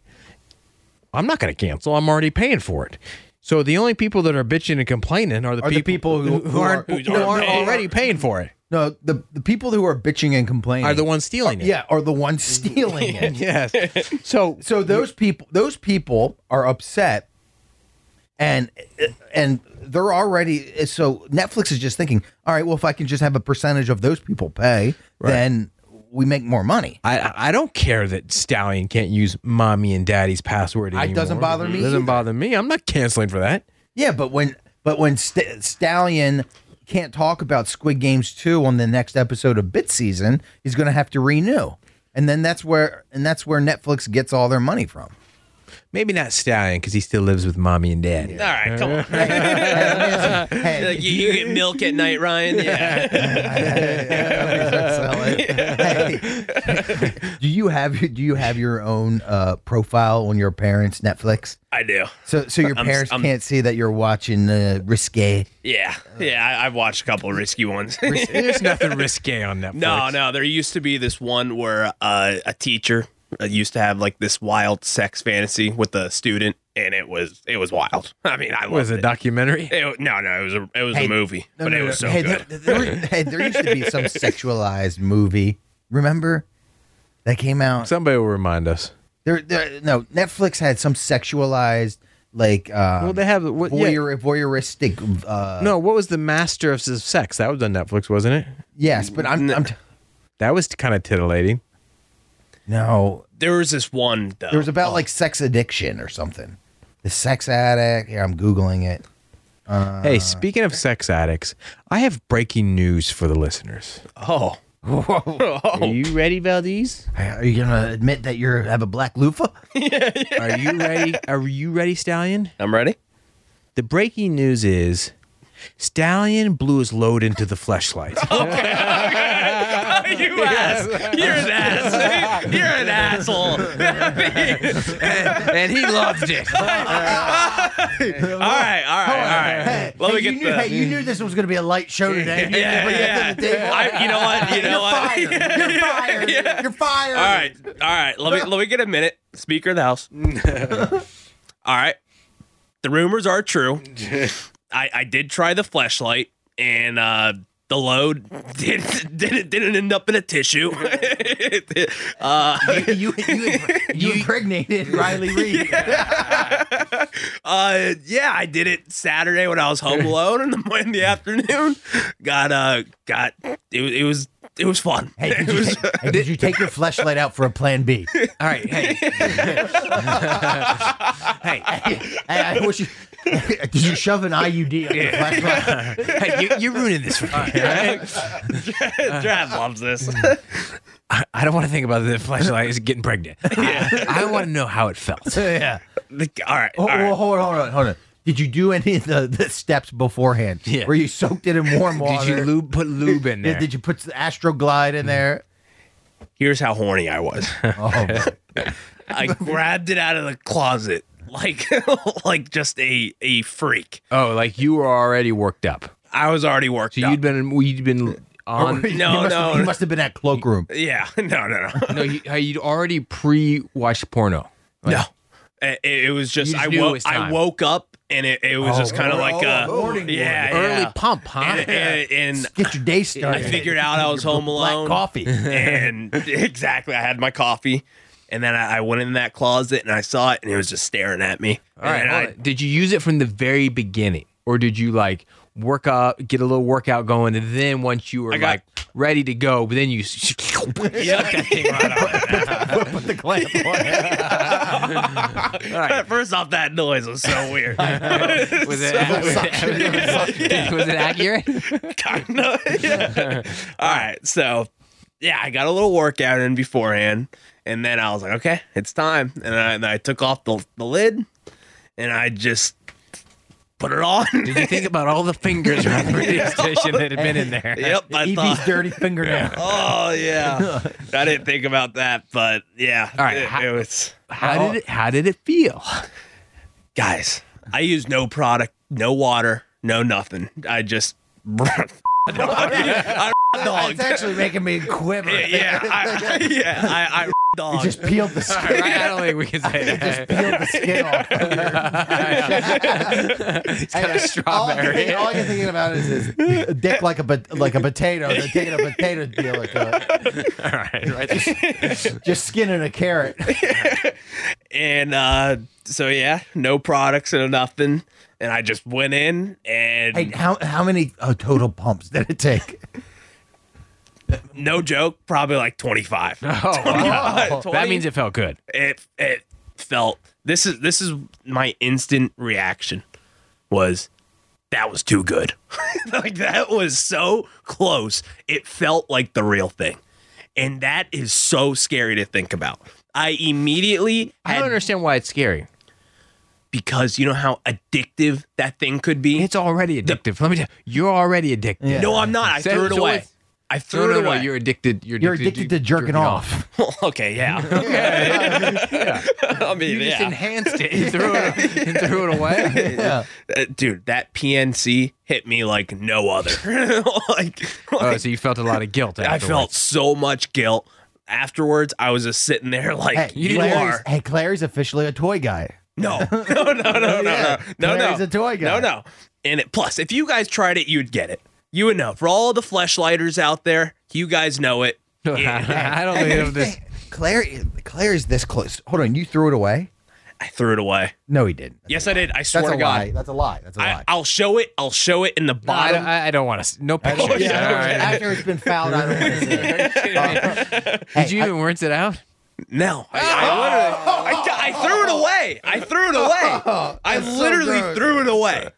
Speaker 3: I'm not going to cancel. I'm already paying for it. So the only people that are bitching and complaining are the,
Speaker 4: Are the people who- who
Speaker 3: aren't,
Speaker 4: are-
Speaker 3: who aren't already paying for it.
Speaker 4: No, the the people who are bitching and complaining
Speaker 3: Are the ones stealing it?
Speaker 4: Yeah, are the ones stealing it.
Speaker 3: Yes. So
Speaker 4: So those people, those people are upset, and and they're already. So Netflix is just thinking, all right, well, if I can just have a percentage of those people pay, then we make more money.
Speaker 3: I I don't care that Stallion can't use mommy and daddy's password anymore.
Speaker 4: It doesn't bother me
Speaker 3: Doesn't
Speaker 4: either.
Speaker 3: bother me. I'm not canceling for that.
Speaker 4: Yeah, but when but when St- Stallion can't talk about Squid Games two on the next episode of Bit Season, he's going to have to renew, and then that's where and that's where Netflix gets all their money from.
Speaker 3: Maybe not Stallion because he still lives with mommy and daddy.
Speaker 5: All right, come on.
Speaker 4: Hey,
Speaker 5: Like, you, you get milk at night, Ryan. Yeah. Uh,
Speaker 4: do you have do you have your own uh, profile on your parents' Netflix?
Speaker 5: I do.
Speaker 4: So so your
Speaker 5: I'm-
Speaker 4: parents
Speaker 5: I'm-
Speaker 4: can't see that you're watching uh, Risque.
Speaker 5: Yeah. Yeah. I, I've watched a couple of risky ones.
Speaker 3: There's nothing risque on Netflix.
Speaker 5: No, no. There used to be this one where uh, a teacher uh, used to have like this wild sex fantasy with a student, and it was it was wild. I mean, I was
Speaker 3: Was it a
Speaker 5: it.
Speaker 3: documentary?
Speaker 5: It, no, no. It was a it was
Speaker 4: Hey,
Speaker 5: a movie,
Speaker 4: No,
Speaker 5: but
Speaker 4: no,
Speaker 5: it
Speaker 4: no,
Speaker 5: was
Speaker 4: no.
Speaker 5: so
Speaker 4: hey,
Speaker 5: good.
Speaker 4: There, there- hey, there used to be some sexualized movie. Remember that came out?
Speaker 3: Somebody will remind us.
Speaker 4: there, there, no, Netflix had some sexualized like uh,
Speaker 3: Well, they have what, yeah.
Speaker 4: voyeur, voyeuristic. Uh,
Speaker 3: No, what was the master of s- sex? That was on Netflix, wasn't it?
Speaker 4: Yes, but I'm, I'm t-
Speaker 3: That was kind of titillating.
Speaker 4: no.
Speaker 5: there was this one though.
Speaker 4: There was about like sex addiction or something. The sex addict. Here, I'm googling it.
Speaker 3: hey,
Speaker 5: Uh,
Speaker 3: speaking of sex addicts, I have breaking news for the listeners.
Speaker 5: oh.
Speaker 3: Are you ready, Valdez?
Speaker 4: Are you gonna admit that you have a black loofah?
Speaker 3: Are you ready? Are you ready, Stallion?
Speaker 5: I'm ready.
Speaker 3: The breaking news is Stallion blew his load into the fleshlight.
Speaker 5: Oh.
Speaker 4: Oh,
Speaker 5: you ass. You're an ass. You're an asshole.
Speaker 3: and he loved it.
Speaker 5: all right, all right, all right. Let me
Speaker 4: you
Speaker 5: get
Speaker 4: knew,
Speaker 5: the-
Speaker 4: hey, you knew this was going to be a light show today. You
Speaker 5: Yeah,
Speaker 4: bring
Speaker 5: yeah.
Speaker 4: it to the table.
Speaker 5: I, you know what? You know what?
Speaker 4: You're fired. You're fired. You're fired.
Speaker 5: All right, all right. Let me let me get a minute. Speaker of the house. all right. The rumors are true. I I did try the flashlight and uh the load did didn't didn't end up in a tissue. uh,
Speaker 4: You, you, you, you impregnated Riley Reed.
Speaker 5: uh yeah, I did it Saturday when I was home alone in the in the afternoon. Got uh got it, was- it was it was fun.
Speaker 4: Hey, did
Speaker 5: it
Speaker 4: you,
Speaker 5: was
Speaker 4: ta- hey, did you take your flashlight out for a plan B? Hey,
Speaker 3: All right, hey,
Speaker 4: I wish you. did you shove an IUD on your flashlight?
Speaker 3: hey, you, you're ruining this for me. all right?
Speaker 5: Trav loves this.
Speaker 3: I, I don't want to think about the fleshlight is getting pregnant. I, want to know how it felt.
Speaker 4: yeah.
Speaker 5: Like, all right.
Speaker 4: Oh,
Speaker 5: all right.
Speaker 4: well, hold on, hold on, hold on. Did you do any of the, the steps beforehand?
Speaker 3: Yeah.
Speaker 4: Where you soaked it in warm water?
Speaker 3: Did you lube, put lube in there?
Speaker 4: Did, did you put the Astroglide in there?
Speaker 5: Here's how horny I was.
Speaker 4: Oh, man.
Speaker 5: I grabbed it out of the closet like like just a a freak.
Speaker 3: oh, like you were already worked up.
Speaker 5: I was already worked
Speaker 3: So
Speaker 5: up.
Speaker 3: you'd been you'd been on.
Speaker 5: No,
Speaker 4: you must
Speaker 5: no.
Speaker 4: Have, you must have been at cloakroom.
Speaker 5: yeah, no, no, no,
Speaker 3: no, you, hey, you'd already pre-watched porno.
Speaker 5: no. It, it was just
Speaker 3: You just
Speaker 5: I
Speaker 3: knew it
Speaker 5: woke
Speaker 3: was time. Oh,
Speaker 5: I woke up and it, it was just kind of like uh,
Speaker 4: morning wood.
Speaker 5: yeah,
Speaker 3: Early
Speaker 5: yeah.
Speaker 3: pump, huh?
Speaker 5: And, and, and
Speaker 4: Get your day started.
Speaker 5: I figured out I was home
Speaker 4: Black
Speaker 5: alone.
Speaker 4: coffee.
Speaker 5: and exactly, I had my coffee, and then I, I went in that closet and I saw it, and it was just staring at me.
Speaker 3: All right.
Speaker 5: and
Speaker 3: hold on. Did you use it from the very beginning, or did you like work up, get a little workout going, and then once you were
Speaker 5: I got-
Speaker 3: like ready to go, but then you
Speaker 5: Yeah.
Speaker 4: Put the clamp
Speaker 5: First off, that noise was so weird.
Speaker 3: was it, was it, was it accurate?
Speaker 5: Kinda, yeah. All right. So, yeah, I got a little workout in beforehand. And then I was like, okay, it's time. And I, and I took off the, the lid and I just put it on.
Speaker 3: Did you think about all the fingers around the radio station that had been in there?
Speaker 5: yep. I
Speaker 4: EP's
Speaker 5: thought,
Speaker 4: E dirty fingernail.
Speaker 5: oh, yeah. I didn't think about that. But yeah.
Speaker 3: All right,
Speaker 5: It,
Speaker 3: how-
Speaker 5: it was,
Speaker 3: How did it? How did it feel?
Speaker 5: guys, I used no product, no water, no nothing. I just. I
Speaker 4: It's actually making me quiver.
Speaker 5: yeah, I, yeah, I, I dog.
Speaker 4: Just peeled the skin.
Speaker 3: I don't think we can say that.
Speaker 4: Just peeled the skin off.
Speaker 3: it's got a
Speaker 4: All, I'm
Speaker 3: strawberry.
Speaker 4: thinking, all I'm thinking about is his dick like a pot- like a potato. They're taking a potato dealer cut,
Speaker 3: all right, right.
Speaker 4: just skinning a carrot.
Speaker 5: and uh, so yeah, no products and nothing. And I just went in and
Speaker 4: Hey, how how many uh, total pumps did it take?
Speaker 5: no joke, probably like 25.
Speaker 3: Oh, wow.
Speaker 5: 20?
Speaker 3: that means it felt good.
Speaker 5: it it felt this is this is my instant reaction was that was too good. like that was so close. It felt like the real thing. And that is so scary to think about. I immediately
Speaker 3: I don't
Speaker 5: had-
Speaker 3: understand why it's scary.
Speaker 5: because you know how addictive that thing could be.
Speaker 3: It's already addictive. Let me tell you, you're already addicted.
Speaker 5: no, I'm not. I
Speaker 3: Say
Speaker 5: threw it
Speaker 3: it's
Speaker 5: away.
Speaker 3: always-
Speaker 5: I
Speaker 3: No,
Speaker 5: threw
Speaker 3: no,
Speaker 5: it
Speaker 3: no,
Speaker 5: away.
Speaker 3: You're addicted. You're addicted,
Speaker 4: You're addicted to jerking off.
Speaker 5: okay, yeah. I mean,
Speaker 3: You just
Speaker 5: yeah.
Speaker 3: enhanced it and threw it, and threw it away.
Speaker 5: Uh, dude, that PNC hit me like no other. like,
Speaker 3: Oh, so you felt a lot of guilt.
Speaker 5: I
Speaker 3: Afterwards.
Speaker 5: felt so much guilt. Afterwards, I was just sitting there like,
Speaker 4: Hey,
Speaker 5: you
Speaker 4: Claire's,
Speaker 5: are.
Speaker 4: hey, Claire's officially a toy guy.
Speaker 5: No, no, no, no, no, no, no, no.
Speaker 4: Claire's a toy
Speaker 5: No,
Speaker 4: guy.
Speaker 5: no. And it, plus, if you guys tried it, you'd get it. You would know. For all the fleshlighters out there, you guys know it.
Speaker 3: I don't think of this.
Speaker 4: Claire, Claire's this close. Hold on, you threw it away?
Speaker 5: I threw it away.
Speaker 4: No, he didn't.
Speaker 5: Yes, I did. I swear
Speaker 4: That's a
Speaker 5: to God.
Speaker 4: lie. That's a lie. That's a
Speaker 5: I,
Speaker 4: lie.
Speaker 5: I'll show it. I'll show it in the
Speaker 3: No, I,
Speaker 5: bottom.
Speaker 3: don't, I I don't want to. No pictures.
Speaker 5: Um, Oh, yeah.
Speaker 3: All right.
Speaker 4: After it's been fouled, I don't want to see it. Uh,
Speaker 3: Did you even rinse it out?
Speaker 5: no, I, I literally, I, I threw it away. I threw it away. I literally
Speaker 4: gross.
Speaker 5: threw it away.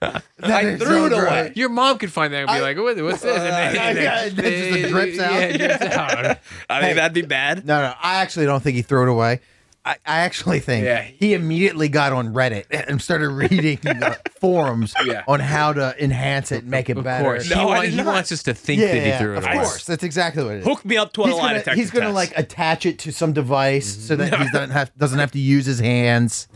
Speaker 5: I
Speaker 4: is
Speaker 5: threw
Speaker 4: so
Speaker 5: it away.
Speaker 3: Your mom could find that and be like, what, "What's this?" And then-
Speaker 4: yeah, it just drips out.
Speaker 3: Yeah, it drips out.
Speaker 5: I mean, that'd be bad.
Speaker 4: No, no, I actually don't think he threw it away. I, I actually think
Speaker 3: Yeah.
Speaker 4: he immediately got on Reddit and started reading the forums
Speaker 3: Yeah.
Speaker 4: on how to enhance it and make it
Speaker 3: Of
Speaker 4: better.
Speaker 3: course,
Speaker 5: No,
Speaker 3: he,
Speaker 5: I
Speaker 3: wa-
Speaker 5: did
Speaker 3: he
Speaker 5: not.
Speaker 3: wants us to think
Speaker 4: Yeah,
Speaker 3: that
Speaker 4: yeah,
Speaker 3: he threw it
Speaker 4: of
Speaker 3: away.
Speaker 4: course. That's exactly what it is.
Speaker 5: Hook me up to a
Speaker 4: he's
Speaker 5: lie
Speaker 4: gonna,
Speaker 5: detector
Speaker 4: he's gonna
Speaker 5: test.
Speaker 4: like attach it to some
Speaker 3: Mm-hmm.
Speaker 4: device so that he doesn't have doesn't have to use his hands.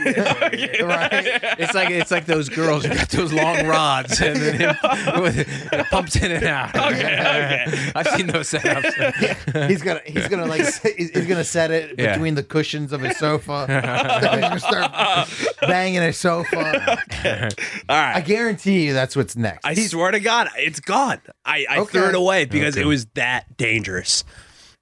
Speaker 4: right?
Speaker 3: It's like it's like those girls who got those long rods and then it, with, it pumps in and out. I've seen those setups.
Speaker 4: He's gonna he's gonna like s- he's he's gonna set it
Speaker 3: Yeah.
Speaker 4: between the cushions of his sofa. he's gonna start banging his sofa.
Speaker 5: All
Speaker 4: I
Speaker 5: right.
Speaker 4: guarantee you that's what's next.
Speaker 5: I, swear to God, it's gone. I, I
Speaker 4: Okay.
Speaker 5: threw it away because it was that dangerous.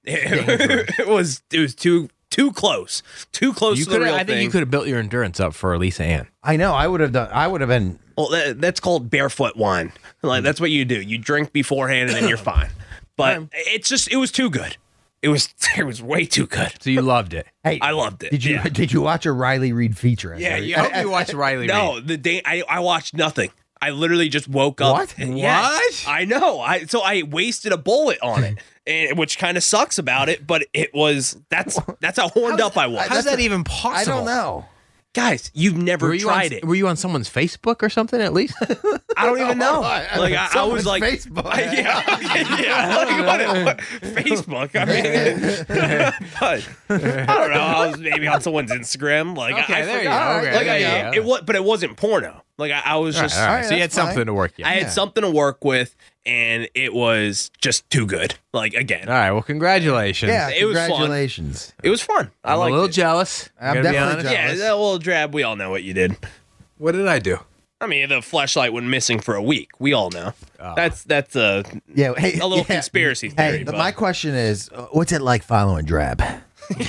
Speaker 5: It, it was it was too too close. Too close
Speaker 3: You
Speaker 5: to the
Speaker 3: could,
Speaker 5: real
Speaker 3: I think
Speaker 5: thing.
Speaker 3: you could have built your endurance up for Elisa Ann.
Speaker 4: I know. I would have done. I would have been.
Speaker 5: Well, that, that's called barefoot wine. Like that's what you do. You drink beforehand and then you're fine. But it's just it was too good. It was it was way too good.
Speaker 3: So you loved it.
Speaker 4: Hey,
Speaker 5: I loved it.
Speaker 4: Did you
Speaker 5: Yeah.
Speaker 4: did you watch a Riley Reed feature?
Speaker 3: Yeah, you, I hope you watched Riley. Reid.
Speaker 5: No, the day I, I watched nothing. I literally just woke up.
Speaker 4: What?
Speaker 5: Yes.
Speaker 3: What?
Speaker 5: I know. I so I wasted a bullet on it, and which kind of sucks about it. But it was that's that's how horned up I was.
Speaker 3: How's that even possible?
Speaker 4: I don't know.
Speaker 5: Guys, you've never
Speaker 3: Were you
Speaker 5: tried
Speaker 3: on,
Speaker 5: it.
Speaker 3: Were you on someone's Facebook or something at least?
Speaker 5: I don't even know.
Speaker 4: I-
Speaker 5: like I, I was
Speaker 4: Someone's
Speaker 5: like.
Speaker 4: Facebook.
Speaker 5: yeah, yeah. Like, what- what- Facebook. I mean, but, I don't know. I was maybe on someone's Instagram. Like, I-
Speaker 3: Okay,
Speaker 5: I,
Speaker 3: there you
Speaker 5: forgot.
Speaker 3: go. Okay,
Speaker 5: like,
Speaker 3: there
Speaker 5: I,
Speaker 3: you go.
Speaker 5: it was, but it wasn't porno. Like, I, I was just,
Speaker 3: All right, so you had
Speaker 4: that's fine.
Speaker 3: something to work. with.
Speaker 5: I had something to work with, and it was just too good. Like again,
Speaker 3: All right. Well, congratulations.
Speaker 4: Yeah,
Speaker 5: It was fun.
Speaker 4: congratulations.
Speaker 5: it was fun. I
Speaker 3: I'm a
Speaker 5: like
Speaker 3: little
Speaker 5: it.
Speaker 3: jealous.
Speaker 4: I'm
Speaker 3: gotta be
Speaker 4: definitely
Speaker 3: honest.
Speaker 4: jealous.
Speaker 5: Yeah, that little drab. We all know what you did.
Speaker 3: What did I do?
Speaker 5: I mean, the flashlight went missing for a week. We all know.
Speaker 3: Oh.
Speaker 5: That's that's a
Speaker 4: Yeah, hey,
Speaker 5: a little
Speaker 4: yeah.
Speaker 5: conspiracy theory.
Speaker 4: Hey, the,
Speaker 5: but-
Speaker 4: my question is, uh, what's it like following Drab? Uh,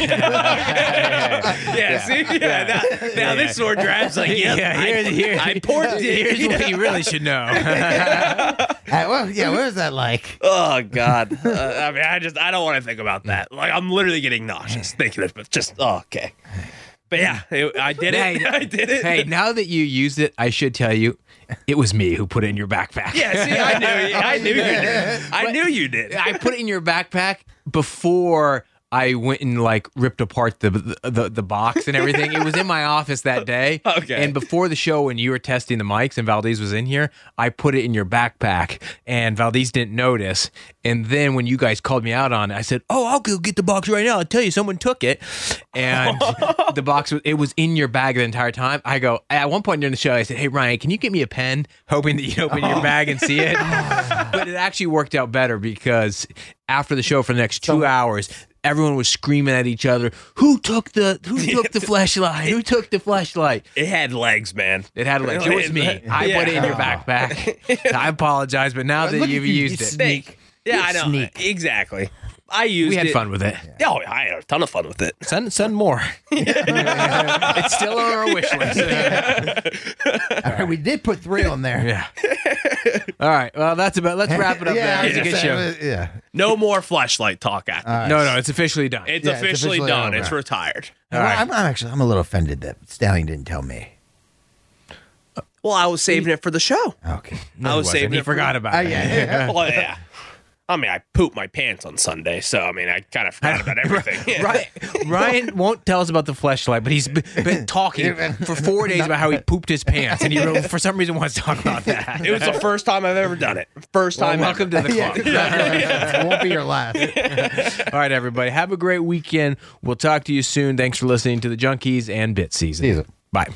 Speaker 5: yeah, see, yeah. Now, now this sword drab's like, yeah,
Speaker 3: Yeah,
Speaker 5: I,
Speaker 3: here's- here-
Speaker 5: I poured it.
Speaker 3: Here's what you really should know.
Speaker 4: Uh, well, yeah, what is that like?
Speaker 5: Oh God! Uh, I mean, I just I don't want to think about that. Like I'm literally getting nauseous thinking of it. But just oh, okay. But yeah, it, I did it.
Speaker 3: Hey,
Speaker 5: I did it.
Speaker 3: hey, now that you used it, I should tell you, it was me who put it in your backpack.
Speaker 5: Yeah, see, I knew, I knew you did. I knew you did.
Speaker 3: I put it in your backpack before I went and like ripped apart the the, the box and everything. It was in my office that day.
Speaker 5: Okay.
Speaker 3: And before the show, when you were testing the mics and Valdez was in here, I put it in your backpack, and Valdez didn't notice. And then when you guys called me out on it, I said, "Oh, I'll go get the box right now. I'll tell you, someone took it." And the box was it was in your bag the entire time. I go at one point during the show, I said, "Hey Ryan, can you get me a pen?" Hoping that you'd open your bag and see it but it actually worked out better because after the show for the next two hours, Everyone was screaming at each other. Who took the Who took the flashlight? Who took the flashlight?
Speaker 5: It had legs, man.
Speaker 3: It had legs. It was me. I put it in your backpack. I apologize, but now that
Speaker 6: Look at
Speaker 3: you've
Speaker 6: you, you
Speaker 3: used it,
Speaker 5: Snake. Yeah, I know. Exactly. I used
Speaker 3: we had
Speaker 5: it.
Speaker 3: fun with it.
Speaker 5: Oh, I had a ton of fun with it.
Speaker 7: Send send more.
Speaker 3: It's still on our wish list.
Speaker 6: All right, we did put three on there.
Speaker 3: Yeah. All right. Well, that's about. Let's wrap it up.
Speaker 6: Yeah,
Speaker 3: there.
Speaker 6: I
Speaker 3: It's a
Speaker 6: was
Speaker 3: good show.
Speaker 6: gonna say, uh, Yeah.
Speaker 5: No more flashlight talk after.
Speaker 3: No, no, it's officially done.
Speaker 5: it's,
Speaker 6: yeah, it's
Speaker 5: officially
Speaker 6: officially
Speaker 5: done.
Speaker 6: over.
Speaker 5: It's retired.
Speaker 6: Well, I'm, I'm actually I'm a little offended that Stallion didn't tell me.
Speaker 5: Well, I was saving it for the show.
Speaker 6: Okay.
Speaker 5: I was saving
Speaker 3: and he
Speaker 5: it. for-
Speaker 3: forgot about it.
Speaker 5: Well, yeah. I mean, I pooped my pants on Sunday, so I mean, I kind of forgot about everything.
Speaker 3: Ryan, Ryan won't tell us about the fleshlight, but he's b- been talking for four days about how he pooped his pants, and he really, for some reason wants to talk about that.
Speaker 5: It was the first time I've ever done it. First
Speaker 3: Well,
Speaker 5: time.
Speaker 3: welcome
Speaker 5: ever.
Speaker 3: to the club.
Speaker 6: it won't be your last.
Speaker 3: All right, everybody, have a great weekend. We'll talk to you soon. Thanks for listening to the Junkies and Bit Season. Bye.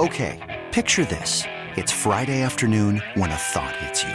Speaker 8: Okay, picture this. It's Friday afternoon when a thought hits you.